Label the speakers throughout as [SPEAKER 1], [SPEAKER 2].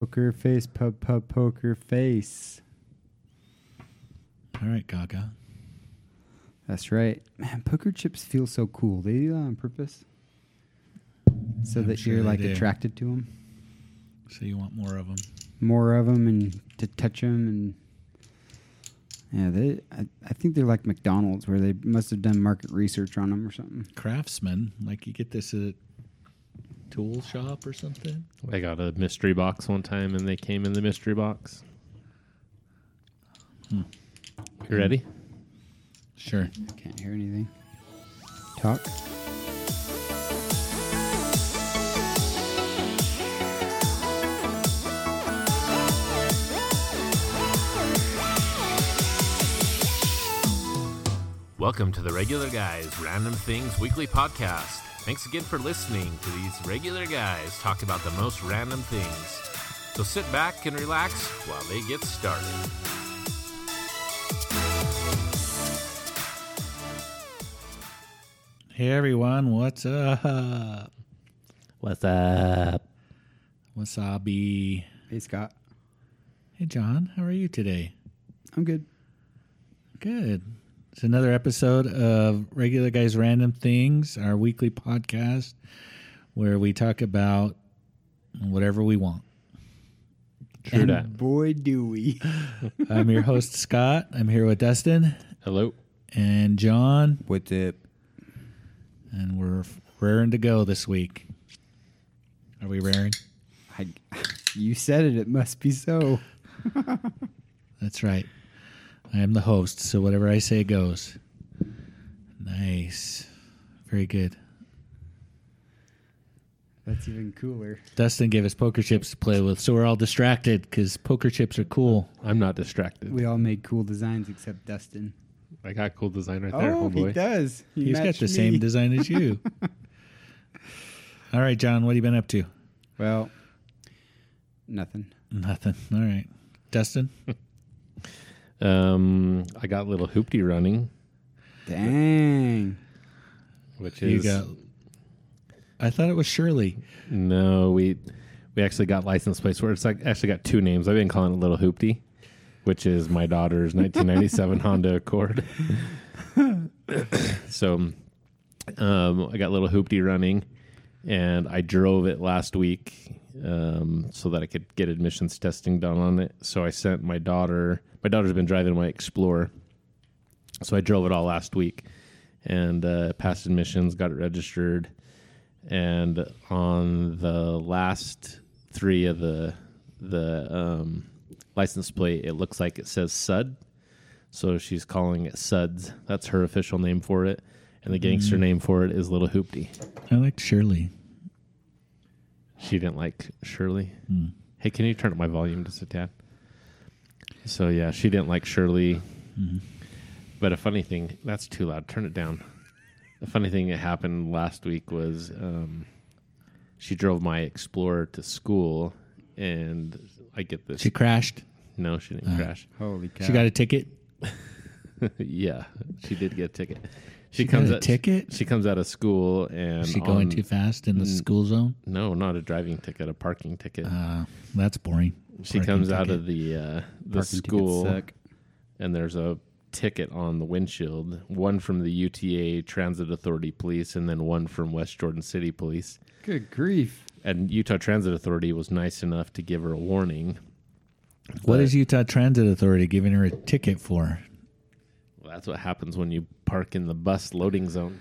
[SPEAKER 1] Poker face, pub pub poker face.
[SPEAKER 2] All right, Gaga.
[SPEAKER 1] That's right. Man, poker chips feel so cool. They do that on purpose, so
[SPEAKER 2] I'm
[SPEAKER 1] that
[SPEAKER 2] sure
[SPEAKER 1] you're
[SPEAKER 2] they
[SPEAKER 1] like
[SPEAKER 2] do.
[SPEAKER 1] attracted to them,
[SPEAKER 2] So you want more of them?
[SPEAKER 1] more of them, and to touch them, and yeah, they. I, I think they're like McDonald's, where they must have done market research on them or something.
[SPEAKER 2] Craftsman, like you get this at tool shop or something.
[SPEAKER 3] I got a mystery box one time, and they came in the mystery box.
[SPEAKER 4] Hmm.
[SPEAKER 3] You ready?
[SPEAKER 2] Sure.
[SPEAKER 1] Can't hear anything. Talk.
[SPEAKER 4] Welcome to the Regular Guys Random Things Weekly Podcast. Thanks again for listening to these regular guys talk about the most random things. So sit back and relax while they get started.
[SPEAKER 2] Hey everyone, what's up?
[SPEAKER 3] What's up?
[SPEAKER 2] Wasabi.
[SPEAKER 1] Hey Scott,
[SPEAKER 2] Hey John, how are you today?
[SPEAKER 1] I'm good.
[SPEAKER 2] Good. It's another episode of Regular Guys Random Things, our weekly podcast where we talk about whatever we want.
[SPEAKER 3] True
[SPEAKER 1] and
[SPEAKER 3] that.
[SPEAKER 1] boy, do we.
[SPEAKER 2] I'm your host Scott. I'm here with Dustin
[SPEAKER 3] Hello.
[SPEAKER 2] and John,
[SPEAKER 1] What's up?
[SPEAKER 2] and we're raring to go this week. Are we raring?
[SPEAKER 1] I, you said it. It must be so.
[SPEAKER 2] That's right. I am the host, so whatever I say goes. Nice. Very good.
[SPEAKER 1] That's even cooler.
[SPEAKER 2] Dustin gave us poker chips to play with, so we're all distracted because poker chips are cool.
[SPEAKER 3] I'm not distracted.
[SPEAKER 1] We all made cool designs except Dustin.
[SPEAKER 3] I got cool design right there, homeboy.
[SPEAKER 1] does. Oh, He
[SPEAKER 2] He's got
[SPEAKER 1] matched
[SPEAKER 2] the same
[SPEAKER 1] me.
[SPEAKER 2] design as you. all right, John, what have you been up to?
[SPEAKER 1] Well, nothing.
[SPEAKER 2] Nothing. All right. Dustin?
[SPEAKER 3] Um, I got little hoopty running,
[SPEAKER 1] Dang.
[SPEAKER 3] which
[SPEAKER 2] You
[SPEAKER 3] is
[SPEAKER 2] got. I thought it was Shirley.
[SPEAKER 3] no. We we actually got license plates where it's like actually got two names. I've been calling it little hoopty, which is my daughter's 1997 Honda Accord. so, um, I got little hoopty running, and I drove it last week um, so that I could get admissions testing done on it. So I sent my daughter. My daughter's been driving my Explorer, so I drove it all last week and uh, passed admissions, got it registered, and on the last three of the the um, license plate, it looks like it says Sud. So she's calling it Suds. That's her official name for it. And the gangster name for it is Little Hoopty.
[SPEAKER 2] I liked Shirley.
[SPEAKER 3] She didn't like Shirley.
[SPEAKER 2] Hmm.
[SPEAKER 3] Hey, can you turn up my volume just a tad? So yeah, she didn't like Shirley.
[SPEAKER 2] Mm-hmm.
[SPEAKER 3] But a funny thing that's too loud. Turn it down. A funny thing that happened last week was um, she drove my Explorer to school, and I get this.
[SPEAKER 2] She Uh-huh. crashed.
[SPEAKER 3] no, she didn't crash.
[SPEAKER 1] Holy cow.
[SPEAKER 2] She got a ticket.
[SPEAKER 3] yeah, she did get a ticket. She,
[SPEAKER 2] got
[SPEAKER 3] comes
[SPEAKER 2] a
[SPEAKER 3] out,
[SPEAKER 2] ticket?
[SPEAKER 3] She comes out of school and
[SPEAKER 2] Is she going
[SPEAKER 3] on- Mm.
[SPEAKER 2] too fast in the school zone?
[SPEAKER 3] No, not a driving ticket, a parking ticket.
[SPEAKER 2] Uh, that's boring.
[SPEAKER 3] She
[SPEAKER 2] Parking
[SPEAKER 3] comes out
[SPEAKER 2] ticket.
[SPEAKER 3] of the uh, the
[SPEAKER 1] Parking tickets
[SPEAKER 3] school,
[SPEAKER 1] suck.
[SPEAKER 3] and there's a ticket on the windshield. One from the UTA Transit Authority Police, and then one from West Jordan City Police.
[SPEAKER 1] Good grief.
[SPEAKER 3] And Utah Transit Authority was nice enough to give her a warning.
[SPEAKER 2] What
[SPEAKER 3] But-
[SPEAKER 2] is Utah Transit Authority giving her a ticket for?
[SPEAKER 3] Well, that's what happens when you park in the bus loading zone.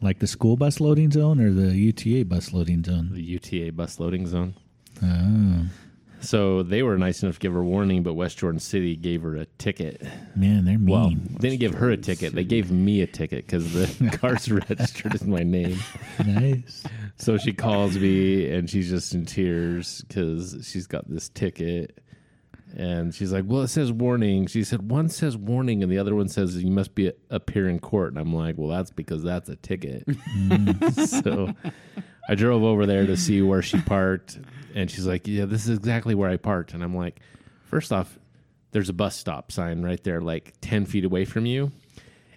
[SPEAKER 2] Like the school bus loading zone or the UTA bus loading zone?
[SPEAKER 3] the UTA bus loading zone.
[SPEAKER 2] Oh,
[SPEAKER 3] So they were nice enough to give her a warning, but West Jordan City gave her a ticket.
[SPEAKER 2] man, they're mean.
[SPEAKER 3] Well, they didn't give her a ticket. They gave me a ticket because the car's registered in my name.
[SPEAKER 2] nice.
[SPEAKER 3] So she calls me and she's just in tears because she's got this ticket. And she's like, Well, it says warning. She said, One says warning and the other one says you must be appear in court. And I'm like, Well, that's because that's a ticket. so I drove over there to see where she parked. And she's like, Yeah, this is exactly where I parked. And I'm like, First off, there's a bus stop sign right there, like 10 feet away from you.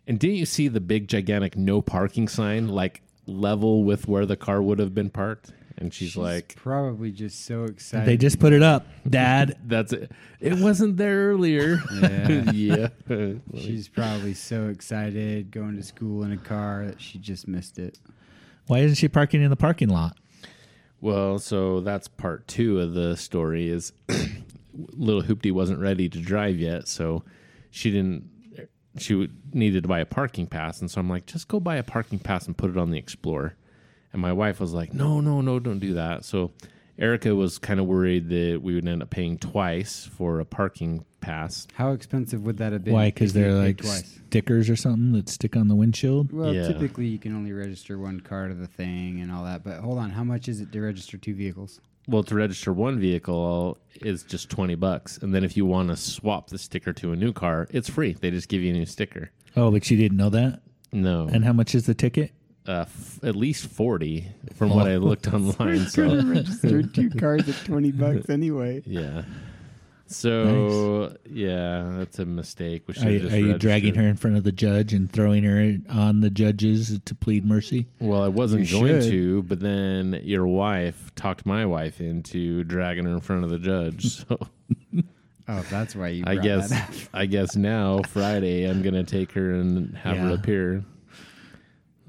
[SPEAKER 3] And didn't you see the big gigantic no parking sign like level with where the car would have been parked? and she's like,
[SPEAKER 1] probably just so excited.
[SPEAKER 2] They just put it up, Dad.
[SPEAKER 3] "That's it. It wasn't there earlier."
[SPEAKER 1] Yeah.
[SPEAKER 3] yeah.
[SPEAKER 1] She's probably so excited going to school in a car that she just missed it.
[SPEAKER 2] Why isn't she parking in the parking lot?
[SPEAKER 3] Well, so that's part two of the story is little Hoopty wasn't ready to drive yet, so she didn't she would- needed to buy a parking pass and so I'm like, just go buy a parking pass and put it on the Explorer. And my wife was like, No, no, no, don't do that. So Erica was kind of worried that we would end up paying twice for a parking pass.
[SPEAKER 1] How expensive would that have been?
[SPEAKER 2] Why?
[SPEAKER 1] if
[SPEAKER 2] Because
[SPEAKER 1] you
[SPEAKER 2] they're
[SPEAKER 1] paid
[SPEAKER 2] like
[SPEAKER 1] twice.
[SPEAKER 2] stickers or something that stick on the windshield.
[SPEAKER 1] Well,
[SPEAKER 3] Yeah.
[SPEAKER 1] typically you can only register one car to the thing and all that. But hold on, how much is it to register two vehicles?
[SPEAKER 3] Well, to register one vehicle is just 20 bucks. And then if you want to swap the sticker to a new car, it's free. They just give you a new sticker.
[SPEAKER 2] Oh, but you didn't know that.
[SPEAKER 3] No.
[SPEAKER 2] And how much is the ticket?
[SPEAKER 3] uh, f- at least 40 from what
[SPEAKER 2] Oh.
[SPEAKER 3] I looked online. so,
[SPEAKER 1] register two cars at twenty bucks anyway.
[SPEAKER 3] yeah. So, yeah, that's a mistake. We should
[SPEAKER 2] Are,
[SPEAKER 3] have just
[SPEAKER 2] are you dragging her
[SPEAKER 3] registered.
[SPEAKER 2] in front of the judge and throwing her on the judges to plead mercy?
[SPEAKER 3] Well, I wasn't
[SPEAKER 1] You
[SPEAKER 3] going
[SPEAKER 1] should.
[SPEAKER 3] to, but then your wife talked my wife into dragging her in front of the judge. So,
[SPEAKER 1] Oh, that's why you.
[SPEAKER 3] I
[SPEAKER 1] brought
[SPEAKER 3] guess
[SPEAKER 1] that up.
[SPEAKER 3] I guess now Friday I'm going to take her and have her
[SPEAKER 2] Yeah.
[SPEAKER 3] appear.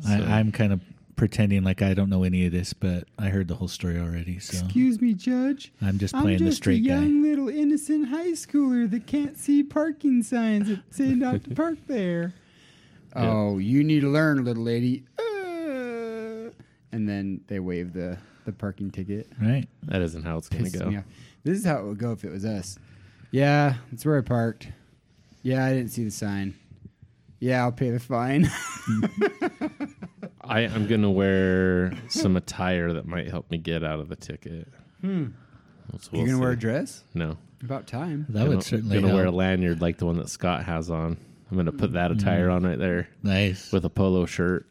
[SPEAKER 3] So-
[SPEAKER 2] I, I'm kind of pretending like I don't know any of this, but I heard the whole story already. So
[SPEAKER 1] Excuse me, Judge.
[SPEAKER 2] I'm just
[SPEAKER 1] I'm
[SPEAKER 2] playing
[SPEAKER 1] just
[SPEAKER 2] the straight
[SPEAKER 1] a
[SPEAKER 2] guy.
[SPEAKER 1] young little innocent high schooler that can't see parking signs that say not to park there. Oh, you need to learn, little lady. Uh, and then they waive the the parking ticket.
[SPEAKER 2] Right.
[SPEAKER 3] That isn't how it's going to
[SPEAKER 1] Pisses
[SPEAKER 3] go.
[SPEAKER 1] me off. This is how it would go if it was us. Yeah, that's where I parked. Yeah, I didn't see the sign. Yeah, I'll pay the fine.
[SPEAKER 3] I, I'm gonna wear some attire that might help me get out of the ticket.
[SPEAKER 2] Hmm.
[SPEAKER 3] So we'll
[SPEAKER 1] You're gonna wear a
[SPEAKER 3] see.
[SPEAKER 1] dress?
[SPEAKER 3] No,
[SPEAKER 1] About time.
[SPEAKER 2] That
[SPEAKER 3] gonna,
[SPEAKER 2] would certainly
[SPEAKER 3] gonna
[SPEAKER 2] help. Mm-hmm.
[SPEAKER 3] wear a lanyard like the one that Scott has on. I'm gonna put that attire on right there
[SPEAKER 2] nice.
[SPEAKER 3] with a polo shirt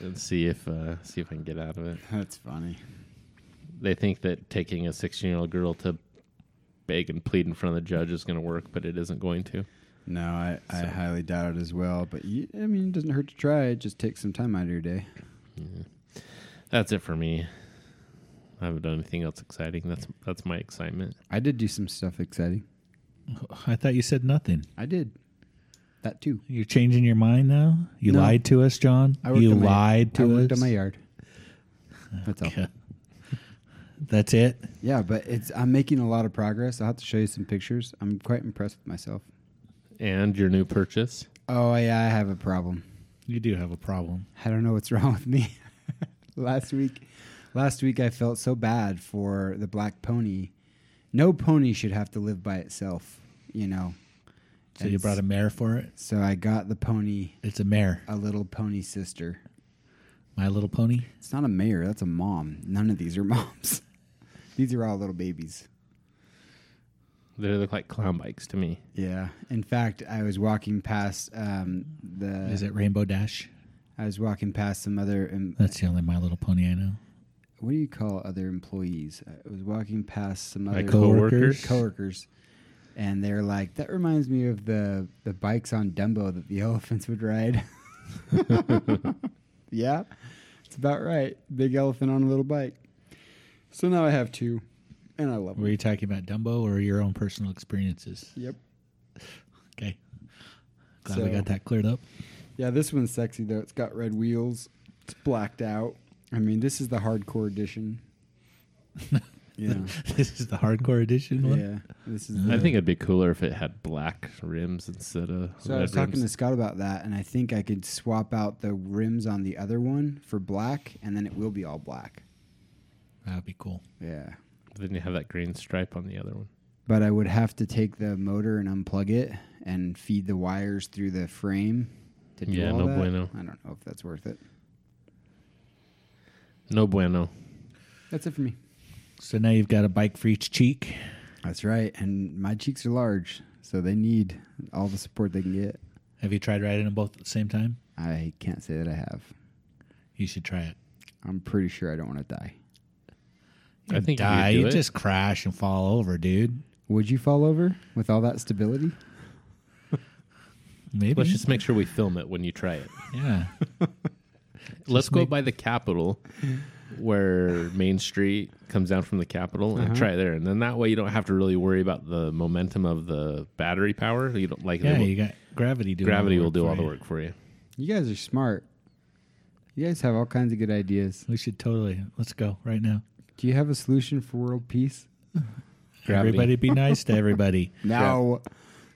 [SPEAKER 3] and see if uh, see if I can get out of it.
[SPEAKER 1] That's funny.
[SPEAKER 3] They think that taking a 16 year old girl to beg and plead in front of the judge is gonna work, but it isn't going to.
[SPEAKER 1] No, I, I highly doubt it as well. But you, I mean, it doesn't hurt to try. It just takes some time out of your day.
[SPEAKER 3] That's it for me. I haven't done anything else exciting. That's that's my excitement.
[SPEAKER 1] I did do some stuff exciting.
[SPEAKER 2] I thought you said nothing.
[SPEAKER 1] I did that too.
[SPEAKER 2] You're changing your mind now. You
[SPEAKER 1] No.
[SPEAKER 2] lied to us, John.
[SPEAKER 1] I worked
[SPEAKER 2] you
[SPEAKER 1] on my-
[SPEAKER 2] lied
[SPEAKER 1] I
[SPEAKER 2] to
[SPEAKER 1] worked
[SPEAKER 2] us.
[SPEAKER 1] on my yard. That's all.
[SPEAKER 2] Yeah. That's it.
[SPEAKER 1] Yeah, but it's I'm making a lot of progress. I'll have to show you some pictures. I'm quite impressed with myself.
[SPEAKER 3] And your new purchase.
[SPEAKER 1] Oh yeah, I have a problem.
[SPEAKER 2] You do have a problem.
[SPEAKER 1] I don't know what's wrong with me. last week, last week I felt so bad for the black pony. No pony should have to live by itself, you know.
[SPEAKER 2] So you
[SPEAKER 1] It's-
[SPEAKER 2] brought a mare for it.
[SPEAKER 1] So I got the pony
[SPEAKER 2] It's a mare.
[SPEAKER 1] a little pony sister.
[SPEAKER 2] My Little Pony.
[SPEAKER 1] It's not a mayor, that's a mom. None of these are moms. these are all little babies.
[SPEAKER 3] They look like clown bikes to me.
[SPEAKER 1] Yeah. In fact, I was walking past um, the.
[SPEAKER 2] Is it Rainbow Dash?
[SPEAKER 1] I was walking past some other. um, Em-
[SPEAKER 2] That's the only My Little Pony I know.
[SPEAKER 1] what do you call other employees? I was walking past some other
[SPEAKER 3] Like coworkers?
[SPEAKER 1] coworkers, and they're like, "That reminds me of the the bikes on Dumbo that the elephants would ride." yeah, it's about right. Big elephant on a little bike. So now I have two, and I love them.
[SPEAKER 2] Were you talking about Dumbo or your own personal experiences?
[SPEAKER 1] Yep.
[SPEAKER 2] Okay. Glad we
[SPEAKER 1] So-
[SPEAKER 2] got that cleared up.
[SPEAKER 1] Yeah, this one's sexy though. It's got red wheels. It's blacked out. I mean, this is the hardcore edition. yeah.
[SPEAKER 2] this is the hardcore edition one.
[SPEAKER 1] Yeah. This is the
[SPEAKER 3] I think it'd be cooler if it had black rims instead of.
[SPEAKER 1] So I
[SPEAKER 3] red
[SPEAKER 1] was talking to
[SPEAKER 3] rims.
[SPEAKER 1] Scott about that, and I think I could swap out the rims on the other one for black, and then it will be all black.
[SPEAKER 2] That'd be cool.
[SPEAKER 1] Yeah.
[SPEAKER 3] Then you have that green stripe on the other one.
[SPEAKER 1] But I would have to take the motor and unplug it and feed the wires through the frame to do
[SPEAKER 3] Yeah,
[SPEAKER 1] all
[SPEAKER 3] no
[SPEAKER 1] that.
[SPEAKER 3] bueno.
[SPEAKER 1] I don't know if that's worth it.
[SPEAKER 3] No bueno.
[SPEAKER 1] That's it for me.
[SPEAKER 2] So now you've got a bike for each cheek.
[SPEAKER 1] That's right. And my cheeks are large, so they need all the support they can get.
[SPEAKER 2] Have you tried riding them both at the same time?
[SPEAKER 1] I can't say that I have.
[SPEAKER 2] You should try it.
[SPEAKER 1] I'm pretty sure I don't want to die.
[SPEAKER 3] I think you
[SPEAKER 2] Die.
[SPEAKER 3] could do
[SPEAKER 2] You
[SPEAKER 3] it.
[SPEAKER 2] just crash and fall over, dude.
[SPEAKER 1] Would you fall over with all that stability?
[SPEAKER 2] Maybe.
[SPEAKER 3] Let's just make sure we film it when you try it.
[SPEAKER 2] yeah.
[SPEAKER 3] Let's go by the Capitol where Main Street comes down from the Capitol
[SPEAKER 1] Uh-huh.
[SPEAKER 3] and try it there, and then that way you don't have to really worry about the momentum of the battery power. You don't like
[SPEAKER 2] Yeah,
[SPEAKER 3] the,
[SPEAKER 2] you got gravity doing all the
[SPEAKER 3] gravity will
[SPEAKER 2] work
[SPEAKER 3] do
[SPEAKER 2] for
[SPEAKER 3] all the
[SPEAKER 2] you.
[SPEAKER 3] work for you.
[SPEAKER 1] You guys are smart. You guys have all kinds of good ideas.
[SPEAKER 2] We should totally let's go right now.
[SPEAKER 1] Do you have a solution for world peace?
[SPEAKER 3] Gravity.
[SPEAKER 2] Everybody be nice to everybody.
[SPEAKER 1] No,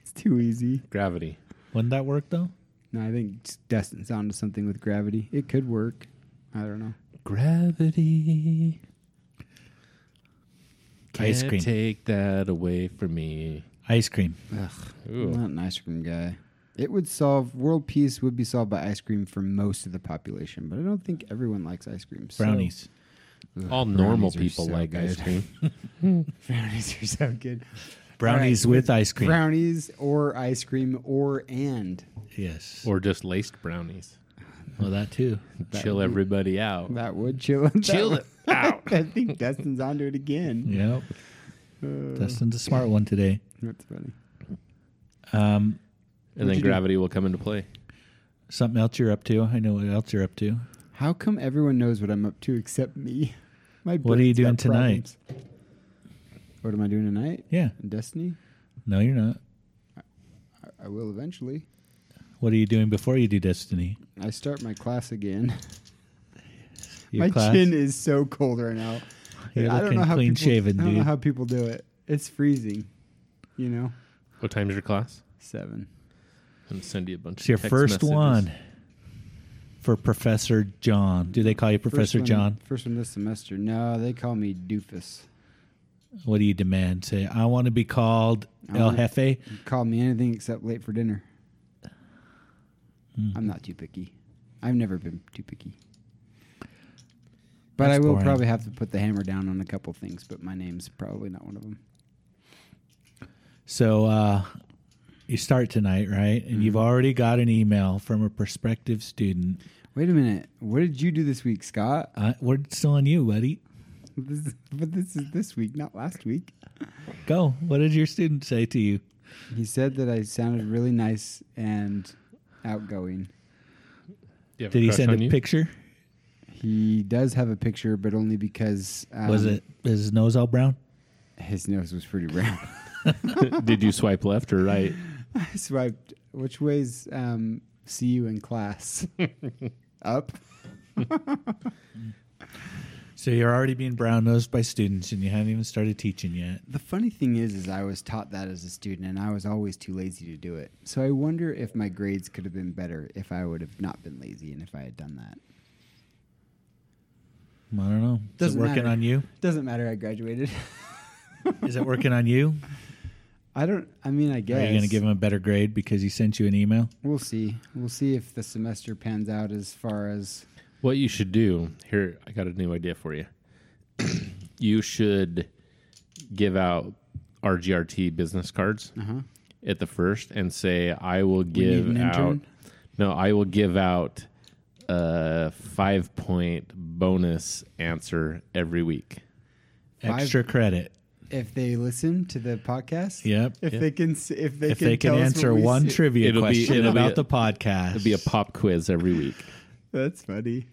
[SPEAKER 1] it's too easy.
[SPEAKER 3] Gravity.
[SPEAKER 2] Wouldn't that work though?
[SPEAKER 1] No, I think Destin's onto something with gravity. It could work. I don't know.
[SPEAKER 3] Gravity.
[SPEAKER 2] Ice
[SPEAKER 3] Can't
[SPEAKER 2] cream.
[SPEAKER 3] Take that away from me.
[SPEAKER 2] Ice cream.
[SPEAKER 3] Ooh.
[SPEAKER 1] I'm not an ice cream guy. It would solve world peace would be solved by ice cream for most of the population, but I don't think everyone likes ice cream. so-
[SPEAKER 2] Brownies.
[SPEAKER 1] Ugh,
[SPEAKER 3] All normal
[SPEAKER 1] brownies are
[SPEAKER 3] people
[SPEAKER 1] so
[SPEAKER 3] like ice
[SPEAKER 1] good.
[SPEAKER 3] cream.
[SPEAKER 1] brownies are so good.
[SPEAKER 2] Brownies
[SPEAKER 1] All right.
[SPEAKER 2] with ice cream.
[SPEAKER 1] Brownies or ice cream or and
[SPEAKER 2] yes.
[SPEAKER 3] or just laced brownies.
[SPEAKER 2] well that too.
[SPEAKER 3] Chill everybody out.
[SPEAKER 1] that would chill.
[SPEAKER 3] Chill
[SPEAKER 1] that would- I think Destin's onto it again.
[SPEAKER 2] Yep.
[SPEAKER 1] Uh,
[SPEAKER 2] Dustin's a smart one today.
[SPEAKER 1] That's funny.
[SPEAKER 2] Um,
[SPEAKER 3] And then gravity will come into play.
[SPEAKER 2] something else you're up to. I know what else you're up to.
[SPEAKER 1] How come everyone knows what I'm up to except me? My
[SPEAKER 2] What are you
[SPEAKER 1] brain's got
[SPEAKER 2] doing tonight?
[SPEAKER 1] problems. What am I doing tonight?
[SPEAKER 2] Yeah.
[SPEAKER 1] Destiny?
[SPEAKER 2] No, you're not.
[SPEAKER 1] I will eventually.
[SPEAKER 2] What are you doing before you do Destiny?
[SPEAKER 1] I start my class again.
[SPEAKER 2] Your
[SPEAKER 1] my
[SPEAKER 2] class?
[SPEAKER 1] chin is so cold right now.
[SPEAKER 2] You're
[SPEAKER 1] I don't
[SPEAKER 2] looking
[SPEAKER 1] know how
[SPEAKER 2] clean
[SPEAKER 1] people,
[SPEAKER 2] shaven,
[SPEAKER 1] I don't
[SPEAKER 2] dude.
[SPEAKER 1] know how people do it. It's freezing. You know,
[SPEAKER 3] What time's your class?
[SPEAKER 1] seven.
[SPEAKER 3] I'm gonna send you a bunch.
[SPEAKER 2] It's your
[SPEAKER 3] of text
[SPEAKER 2] first
[SPEAKER 3] messages.
[SPEAKER 2] one for Professor John. Do they call you
[SPEAKER 1] First
[SPEAKER 2] Professor
[SPEAKER 1] one-
[SPEAKER 2] John?
[SPEAKER 1] First one this semester. No, they call me doofus.
[SPEAKER 2] What do you demand? Say, I want to be called
[SPEAKER 1] I
[SPEAKER 2] El
[SPEAKER 1] want-
[SPEAKER 2] Jefe.
[SPEAKER 1] Call me anything except late for dinner.
[SPEAKER 2] Hmm.
[SPEAKER 1] I'm not too picky. I've never been too picky. But
[SPEAKER 2] That's
[SPEAKER 1] I will
[SPEAKER 2] boring.
[SPEAKER 1] probably have to put the hammer down on a couple things, but my name's probably not one of them.
[SPEAKER 2] So uh, you start tonight, right? And you've
[SPEAKER 1] Mm-hmm.
[SPEAKER 2] already got an email from a prospective student.
[SPEAKER 1] Wait a minute. What did you do this week, Scott?
[SPEAKER 2] Uh, we're still on you, buddy.
[SPEAKER 1] This is, but this is this week, not last week.
[SPEAKER 2] Go. What did your student say to you?
[SPEAKER 1] He said that I sounded really nice and outgoing.
[SPEAKER 3] You have a
[SPEAKER 2] Did he
[SPEAKER 3] crush
[SPEAKER 2] send
[SPEAKER 3] on
[SPEAKER 2] a
[SPEAKER 3] you?
[SPEAKER 2] picture?
[SPEAKER 1] He does have a picture, but only because um,
[SPEAKER 2] Was it his nose all brown?
[SPEAKER 1] his nose was pretty round.
[SPEAKER 3] Did you swipe left or right?
[SPEAKER 1] I swiped. Which ways? Um, see you in class. Up.
[SPEAKER 2] So you're already being brown nosed by students, and you haven't even started teaching yet.
[SPEAKER 1] The funny thing is, is I was taught that as a student, and I was always too lazy to do it. So I wonder if my grades could have been better if I would have not been lazy and if I had done that.
[SPEAKER 2] I don't know. Is
[SPEAKER 1] Doesn't
[SPEAKER 2] it working
[SPEAKER 1] matter.
[SPEAKER 2] on you?
[SPEAKER 1] Doesn't matter. I graduated.
[SPEAKER 2] Is it working on you?
[SPEAKER 1] I don't. I mean, I guess.
[SPEAKER 2] Are you going to give him a better grade because he sent you an email?
[SPEAKER 1] We'll see. We'll see if the semester pans out as far as
[SPEAKER 3] What you should do here, I got a new idea for you. you should give out RGRT business cards at the first and say, "I will give
[SPEAKER 1] an
[SPEAKER 3] out."
[SPEAKER 1] intern?
[SPEAKER 3] No, I will give out a five point bonus answer every week.
[SPEAKER 1] Five-
[SPEAKER 2] Extra credit.
[SPEAKER 1] if they listen to the podcast.
[SPEAKER 2] Yep.
[SPEAKER 1] If they can, s- if they
[SPEAKER 2] If
[SPEAKER 1] can,
[SPEAKER 2] they can
[SPEAKER 1] tell us
[SPEAKER 2] answer
[SPEAKER 1] what we
[SPEAKER 2] one
[SPEAKER 1] see-
[SPEAKER 2] trivia
[SPEAKER 3] It'll be-
[SPEAKER 2] question
[SPEAKER 3] it'll be
[SPEAKER 2] about
[SPEAKER 3] a-
[SPEAKER 2] the podcast,
[SPEAKER 3] It'll be a pop quiz every week.
[SPEAKER 1] That's funny.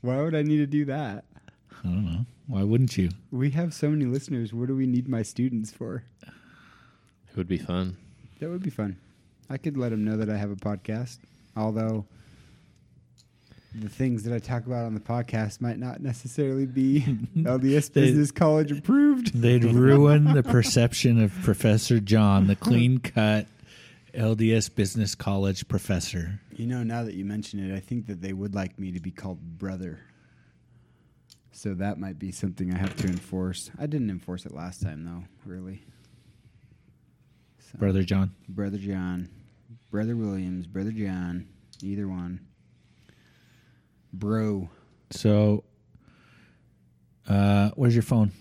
[SPEAKER 1] Why would I need to do that?
[SPEAKER 2] I don't know. Why wouldn't you?
[SPEAKER 1] We have so many listeners. What do we need my students for?
[SPEAKER 3] It would be fun.
[SPEAKER 1] That would be fun. I could let them know that I have a podcast, although the things that I talk about on the podcast might not necessarily be LDS
[SPEAKER 2] They-
[SPEAKER 1] Business College approved.
[SPEAKER 2] They'd ruin the perception of Professor John, the clean cut LDS Business College professor.
[SPEAKER 1] You know, now that you mention it, I think that they would like me to be called brother. So that might be something I have to enforce. I didn't enforce it last time, though, really. So,
[SPEAKER 2] Brother John.
[SPEAKER 1] Brother John, Brother Williams, Brother John, either one. Bro,
[SPEAKER 2] So, uh, where's your phone?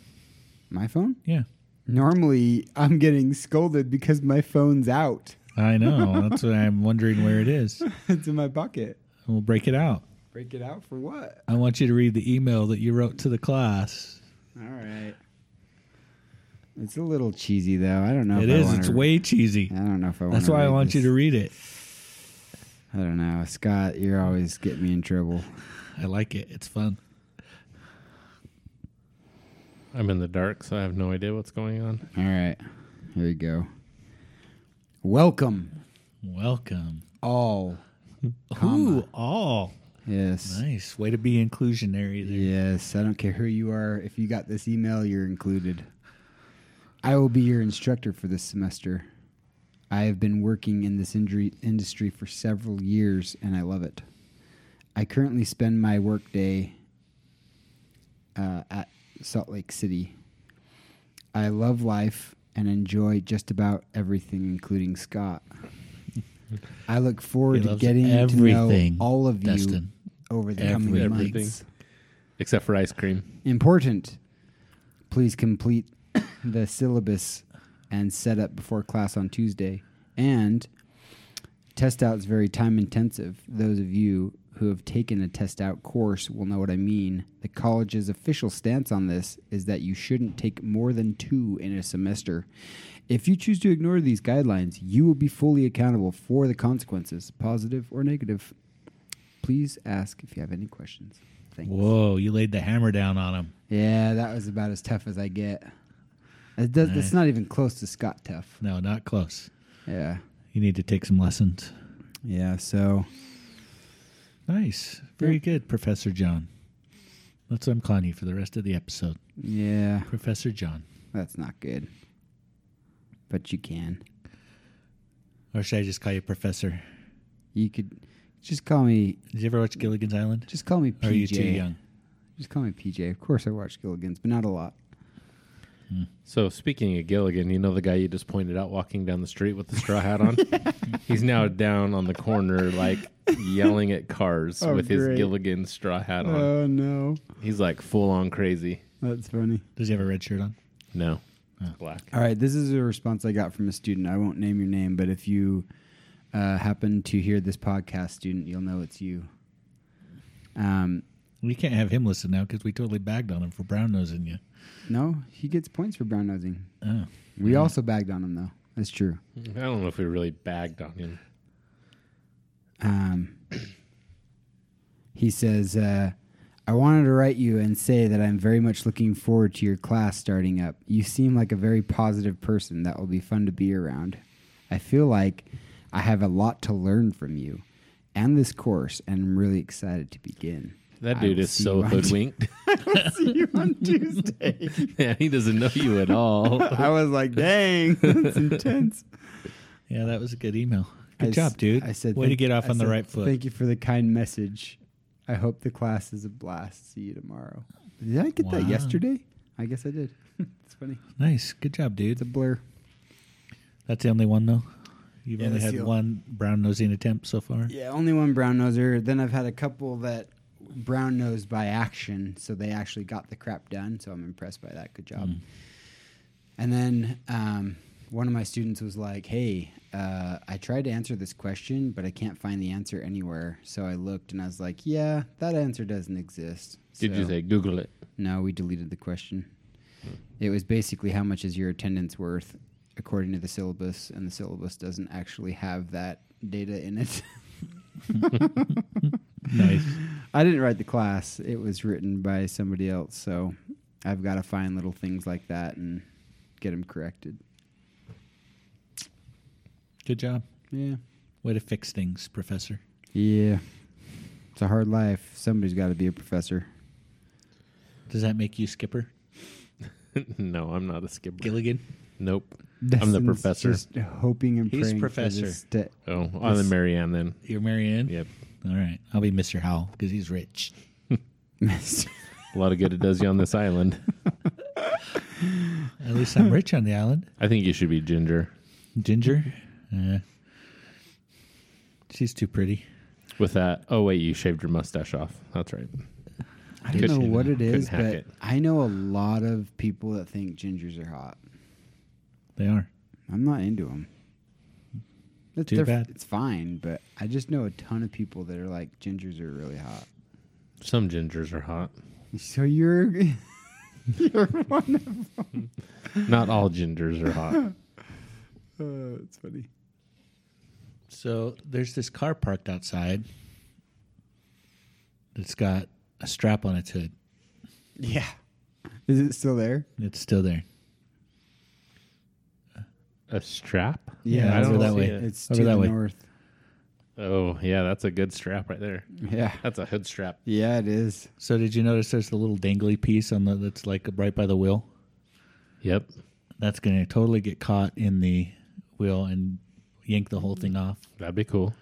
[SPEAKER 1] my phone?
[SPEAKER 2] Yeah.
[SPEAKER 1] Normally, I'm getting scolded because my phone's out.
[SPEAKER 2] I know. That's why I'm wondering where it is.
[SPEAKER 1] it's in my pocket.
[SPEAKER 2] We'll break it out.
[SPEAKER 1] Break it out for what?
[SPEAKER 2] I want you to read the email that you wrote to the class.
[SPEAKER 1] All right. It's a little cheesy, though. I don't know.
[SPEAKER 2] It
[SPEAKER 1] if I
[SPEAKER 2] is.
[SPEAKER 1] wanna-
[SPEAKER 2] It's way cheesy.
[SPEAKER 1] I don't know if I.
[SPEAKER 2] That's
[SPEAKER 1] wanna
[SPEAKER 2] why I
[SPEAKER 1] read
[SPEAKER 2] want you
[SPEAKER 1] this.
[SPEAKER 2] to read it.
[SPEAKER 1] I don't know, Scott. You're always getting me in trouble.
[SPEAKER 2] I like it. It's fun.
[SPEAKER 3] I'm in the dark, so I have no idea what's going on.
[SPEAKER 1] All right. Here we go. Welcome
[SPEAKER 2] Welcome.
[SPEAKER 1] all.
[SPEAKER 2] Ooh, all.
[SPEAKER 1] Yes.
[SPEAKER 2] Nice. Way to be inclusionary there.
[SPEAKER 1] Yes. I don't care who you are. If you got this email, you're included. I will be your instructor for this semester. I have been working in this indri- industry for several years and I love it. I currently spend my workday uh, at Salt Lake City. I love life and enjoy just about everything, including Scott. I look forward
[SPEAKER 2] He
[SPEAKER 1] to
[SPEAKER 2] loves
[SPEAKER 1] getting
[SPEAKER 2] everything,
[SPEAKER 1] to know all of you
[SPEAKER 2] Dustin.
[SPEAKER 1] over the
[SPEAKER 2] Every-
[SPEAKER 1] coming
[SPEAKER 3] everything.
[SPEAKER 1] months.
[SPEAKER 3] Except for ice cream.
[SPEAKER 1] Important. Please complete the syllabus and set up before class on Tuesday. And test out is very time intensive. Those of you who have taken a test out course will know what I mean. The college's official stance on this is that you shouldn't take more than two in a semester. If you choose to ignore these guidelines, you will be fully accountable for the consequences, positive or negative. Please ask if you have any questions. Thanks.
[SPEAKER 2] Whoa, you laid the hammer down on him.
[SPEAKER 1] Yeah, that was about as tough as I get. It does, It's not even close to Scott tough.
[SPEAKER 2] No, not close.
[SPEAKER 1] Yeah.
[SPEAKER 2] You need to take some lessons.
[SPEAKER 1] Yeah, so
[SPEAKER 2] Nice. Very good, Professor John. That's what I'm calling you for the rest of the episode.
[SPEAKER 1] yeah,
[SPEAKER 2] Professor John.
[SPEAKER 1] that's not good. But you can.
[SPEAKER 2] Or should I just call you Professor?
[SPEAKER 1] You could just call me
[SPEAKER 2] Did you ever watch Gilligan's Island?
[SPEAKER 1] just call me PJ.
[SPEAKER 2] Or are you too young?
[SPEAKER 1] Just call me PJ. Of course I watch Gilligan's, but not a lot.
[SPEAKER 3] So speaking of Gilligan, you know the guy you just pointed out walking down the street with the straw hat on? He's now down on the corner like yelling at cars
[SPEAKER 1] Oh,
[SPEAKER 3] with
[SPEAKER 1] great. Uh.
[SPEAKER 3] his Gilligan straw hat on.
[SPEAKER 1] Oh, no.
[SPEAKER 3] He's like full on crazy.
[SPEAKER 1] That's funny.
[SPEAKER 2] Does he have a red shirt on?
[SPEAKER 3] No. Black.
[SPEAKER 1] All right, this is a response I got from a student. I won't name your name, but if you uh, happen to hear this podcast, student, you'll know it's you. Um,
[SPEAKER 2] We can't have him listen now because we totally bagged on him for brown nosing you.
[SPEAKER 1] No, he gets points for brown nosing.
[SPEAKER 2] Oh.
[SPEAKER 1] We also bagged on him though. That's true.
[SPEAKER 3] I don't know if we really bagged on him.
[SPEAKER 1] Um, he says, uh, "I wanted to write you and say that I'm very much looking forward to your class starting up. You seem like a very positive person that will be fun to be around. I feel like I have a lot to learn from you and this course, and I'm really excited to begin."
[SPEAKER 3] That
[SPEAKER 1] I
[SPEAKER 3] dude
[SPEAKER 1] will
[SPEAKER 3] is
[SPEAKER 1] see
[SPEAKER 3] so
[SPEAKER 1] you on-
[SPEAKER 3] hoodwinked.
[SPEAKER 1] See you on Tuesday.
[SPEAKER 3] yeah, he doesn't know you at all.
[SPEAKER 1] I was like, "Dang, that's intense."
[SPEAKER 2] Yeah, that was a good email. Good
[SPEAKER 1] I s-
[SPEAKER 2] job, dude.
[SPEAKER 1] I said,
[SPEAKER 2] way to
[SPEAKER 1] thank-
[SPEAKER 2] get off
[SPEAKER 1] I
[SPEAKER 2] on the
[SPEAKER 1] said,
[SPEAKER 2] right foot.
[SPEAKER 1] Thank you for the kind message. I hope the class is a blast. See you tomorrow. Did I get
[SPEAKER 2] Wow.
[SPEAKER 1] that yesterday? I guess I did. it's funny.
[SPEAKER 2] Nice. Good job,
[SPEAKER 1] It's a
[SPEAKER 2] dude.
[SPEAKER 1] blur.
[SPEAKER 2] That's the only one, though. You've
[SPEAKER 1] Yeah,
[SPEAKER 2] only
[SPEAKER 1] that's
[SPEAKER 2] had
[SPEAKER 1] the-
[SPEAKER 2] one brown nosing attempt so far.
[SPEAKER 1] Yeah, only one brown noser. Then I've had a couple that brown nosed by action, so they actually got the crap done. So I'm impressed by that. Good job.
[SPEAKER 3] Mm.
[SPEAKER 1] And then um, one of my students was like, "Hey, uh, I tried to answer this question, but I can't find the answer anywhere." So I looked, and I was like, "Yeah, that answer doesn't exist."
[SPEAKER 3] Did
[SPEAKER 1] So-
[SPEAKER 3] you Hmm. say Google it?
[SPEAKER 1] No, we deleted the question. It was basically how much is your attendance worth according to the syllabus, and the syllabus doesn't actually have that data in it.
[SPEAKER 2] Nice.
[SPEAKER 1] I didn't write the class. It was written by somebody else, so I've got to find little things like that and get them corrected.
[SPEAKER 2] Good job.
[SPEAKER 1] Yeah.
[SPEAKER 2] Way to fix things, Professor.
[SPEAKER 1] Yeah. It's a hard life. Somebody's got to be a professor.
[SPEAKER 2] Does that make you skipper?
[SPEAKER 3] no, I'm not a skipper.
[SPEAKER 2] Gilligan?
[SPEAKER 3] Nope. I'm the
[SPEAKER 1] Dustin's
[SPEAKER 3] professor.
[SPEAKER 1] Just hoping and
[SPEAKER 2] He's
[SPEAKER 1] praying
[SPEAKER 2] professor.
[SPEAKER 1] for this to-
[SPEAKER 3] oh, I'm the Marianne then.
[SPEAKER 2] You're Marianne?
[SPEAKER 3] Yep.
[SPEAKER 2] All right. I'll be Mr. Howell because he's rich.
[SPEAKER 3] A lot of good it does you on this island.
[SPEAKER 2] At least I'm rich on the island.
[SPEAKER 3] I think you should be Ginger
[SPEAKER 2] Ginger? Uh, she's too pretty.
[SPEAKER 3] with that. Oh, wait, you shaved your mustache off. That's right.
[SPEAKER 1] I don't
[SPEAKER 3] Couldn't-
[SPEAKER 1] know what it
[SPEAKER 3] couldn't
[SPEAKER 1] is,
[SPEAKER 3] hack
[SPEAKER 1] but
[SPEAKER 3] it.
[SPEAKER 1] I know a lot of people that think gingers are hot.
[SPEAKER 2] They are.
[SPEAKER 1] I'm not into them. That's
[SPEAKER 2] Too
[SPEAKER 1] their-
[SPEAKER 2] bad.
[SPEAKER 1] It's fine, but I just know a ton of people that are like gingers are really hot.
[SPEAKER 3] Some gingers are hot.
[SPEAKER 1] So you're
[SPEAKER 3] Not all gingers are hot.
[SPEAKER 1] uh, it's funny.
[SPEAKER 2] So there's this car parked outside that's got a strap on its hood.
[SPEAKER 1] Yeah. Is it still there?
[SPEAKER 2] It's still there.
[SPEAKER 3] A strap?
[SPEAKER 2] Yeah,
[SPEAKER 3] I
[SPEAKER 2] over
[SPEAKER 3] don't
[SPEAKER 2] that
[SPEAKER 3] see
[SPEAKER 2] way.
[SPEAKER 3] it.
[SPEAKER 1] It's
[SPEAKER 2] Over
[SPEAKER 1] to
[SPEAKER 2] that
[SPEAKER 1] the
[SPEAKER 2] way.
[SPEAKER 1] north.
[SPEAKER 3] Oh, yeah, that's a good strap right there.
[SPEAKER 1] Yeah.
[SPEAKER 3] That's a hood strap.
[SPEAKER 1] Yeah, it is.
[SPEAKER 2] So did you notice there's the little dangly piece on the that's like right by the wheel?
[SPEAKER 3] Yep.
[SPEAKER 2] That's gonna totally get caught in the wheel and yank the whole thing off.
[SPEAKER 3] That'd be cool.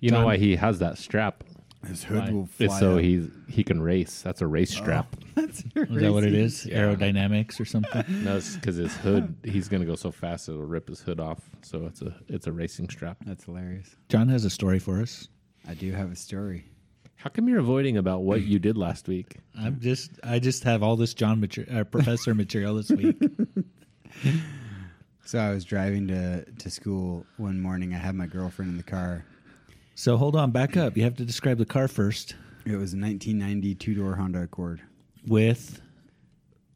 [SPEAKER 3] You
[SPEAKER 2] John-
[SPEAKER 3] know why he has that strap?
[SPEAKER 1] His hood will fly.
[SPEAKER 3] It's so
[SPEAKER 1] up.
[SPEAKER 3] he he can race. That's a race strap.
[SPEAKER 1] That's
[SPEAKER 2] Is that what it is? Aerodynamics or something?
[SPEAKER 3] No, it's because his hood. He's gonna go so fast it'll rip his hood off. So it's a it's a racing strap.
[SPEAKER 1] That's hilarious.
[SPEAKER 2] John has a story for us.
[SPEAKER 1] I do have a story.
[SPEAKER 3] How come you're avoiding about what you did last week?
[SPEAKER 2] I'm just I just have all this John mater- uh, professor material this week.
[SPEAKER 1] So I was driving to, to school one morning. I had my girlfriend in the car.
[SPEAKER 2] So hold on, back up. You have to describe the car first
[SPEAKER 1] It was a 1990 two door Honda Accord
[SPEAKER 2] with